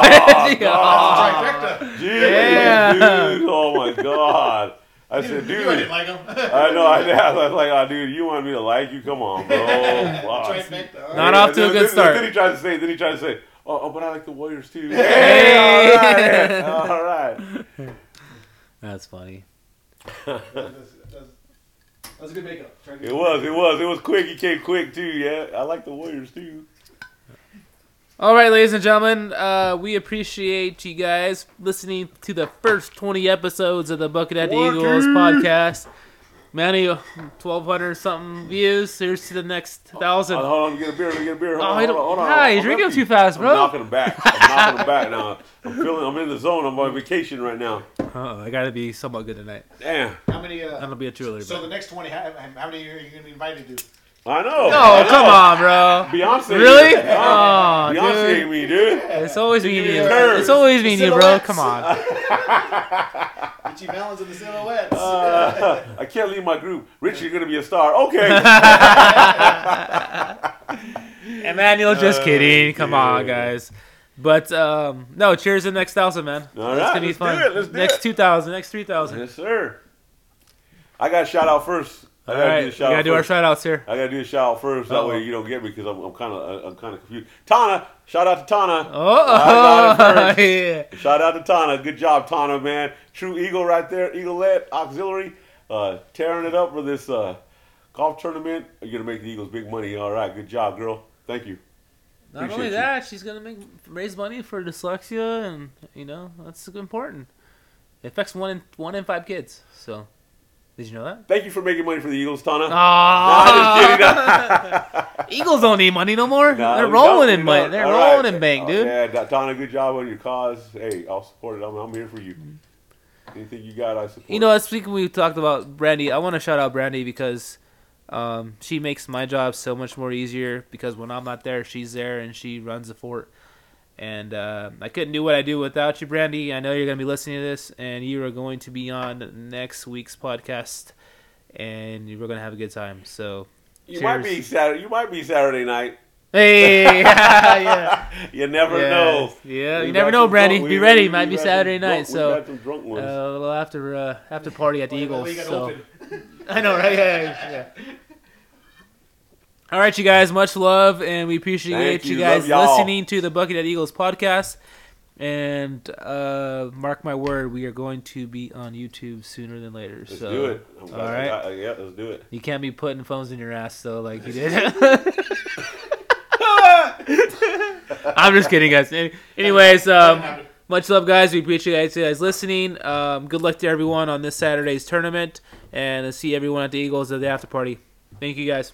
A: [LAUGHS] Yeah.
B: Fuck, God.
C: Trifecta.
B: Jeez,
A: Yeah.
B: dude. Oh my God. I
C: You-
B: said,
C: you knew I didn't
B: dude. [LAUGHS] Uh,
C: like him. [LAUGHS]
B: I know. I, I was like, oh, dude, you want me to like you? Come on, bro. Fuck.
C: Trifecta.
A: Not
B: Yeah,
A: off to a
B: then-
A: good
B: then-
A: start.
B: Then he tried to say. Then he tried to say. Oh, oh, but I like the Warriors too. Hey, all right, all right.
A: That's funny.
C: That was- that was- that was a good makeup. Trying to-
B: It was, it was, it was quick. He came quick too. Yeah, I like the Warriors too.
A: All right, ladies and gentlemen, uh, we appreciate you guys listening to the first 20 episodes of the Bucket at the
B: Lucky.
A: Eagles podcast. Manny, 1,200 something views. Here's to the next thousand.
B: Oh, hold on, get a beer, get a beer. Hold
A: Oh,
B: on,
A: he
B: hold on,
A: don't-
B: hold on.
A: Nah,
B: I'm
A: you're drinking
B: empty.
A: too fast, bro.
B: I'm knocking him back. I'm knocking him back now. I'm feeling. I'm in the zone. I'm on vacation right now.
A: Uh-oh, I gotta be somewhat good tonight.
B: Damn,
C: How many? Uh,
A: That'll be a thriller.
C: so the
A: but-
C: next twenty, how, how many are you going to be invited to?
B: I know. I
A: Oh,
B: know.
A: come on, bro.
B: Beyonce.
A: Really?
B: Oh,
A: Oh,
B: Beyonce
A: dude.
B: me, dude.
A: It's always me and you.
B: Curves.
A: It's always me and you, bro.
C: Silhouettes.
A: Come on.
C: Richie Valens and the Silhouettes.
B: Uh, [LAUGHS] I can't leave my group. Rich, you're gonna be a star. Okay.
A: [LAUGHS] Emmanuel, just
B: Uh,
A: kidding. Come on,
B: dude.
A: guys. But um, no, cheers to the next thousand, man.
B: All
A: it's
B: right,
A: gonna be
B: let's do
A: fun.
B: it, let's do
A: next
B: it.
A: two thousand, next three thousand.
B: yes, sir. I got a shout out first. I
A: All
B: gotta
A: right,
B: do
A: we
B: a shout
A: gotta
B: out
A: do our
B: first.
A: shout Oh. outs here.
B: I gotta do a shout out first. That
A: Uh-oh.
B: way you don't get me because I'm, I'm kind of I'm kind of confused. Tana, shout out to Tana. I
A: Oh, [LAUGHS]
B: got
A: yeah.
B: Shout out to Tana. Good job, Tana, man. True Eagle right there. Eagleette Auxiliary. Uh, tearing it up for this uh, golf tournament. You're going to make the Eagles big money. All right. Good job, girl. Thank you.
A: Not
B: Appreciate
A: only
B: you.
A: that, she's gonna make raise money for dyslexia, and you know that's important. It affects one in one in five kids. So, did you know
B: [LAUGHS]
A: that?
B: Thank you for making money for the Eagles, Tana.
A: Ah,
B: [LAUGHS]
A: Eagles don't need money no more.
B: Nah,
A: They're
B: we
A: rolling in
B: don't, we
A: money.
B: don't.
A: They're
B: All right.
A: rolling in bank,
B: Oh,
A: dude.
B: Yeah, Da- Donna, good job on your cause. Hey, I'll support it. I'm, I'm here for you. Anything you got, I support.
A: You know, last week we talked about Brandy. I want to shout out Brandy because um, she makes my job so much more easier because when I'm not there, she's there and she runs the fort. And uh, I couldn't do what I do without you, Brandy. I know you're going to be listening to this, and you are going to be on next week's podcast, and we're going to have a good time. So,
B: you might be
A: cheers.
B: Saturday. You might be Saturday night.
A: hey, [LAUGHS] yeah,
B: You [LAUGHS] never
A: yeah,
B: know.
A: yeah.
B: We
A: You
B: got
A: never know,
B: some
A: Brandy.
B: drunk-
A: Be
B: we-
A: ready.
B: we-
A: Might
B: we
A: be
B: got
A: Saturday
B: some
A: night,
B: drunk- We
A: so
B: got some drunk
A: uh,
B: ones.
A: we'll have to uh, have to party at the
C: [LAUGHS] Well, you know,
A: Eagles.
C: you gotta
A: so.
C: open.
A: [LAUGHS] I know, right? Yeah, yeah, yeah. All right, you guys. Much love, and we appreciate
B: Thank
A: you,
B: you.
A: guys
B: Love y'all.
A: listening to the Buckethead Eagles podcast. And uh, mark my word, we are going to be on YouTube sooner than later.
B: Let's
A: so
B: do it. I'm glad
A: all
B: we
A: right.
B: got- yeah, let's do it.
A: you can't be putting phones in your ass though, like you
B: [LAUGHS]
A: did. [LAUGHS] I'm just kidding, guys. Any- Anyways, um, much love, guys. We appreciate you guys listening. Um, good luck to everyone on this Saturday's tournament, and see everyone at the Eagles at the after party. Thank you, guys.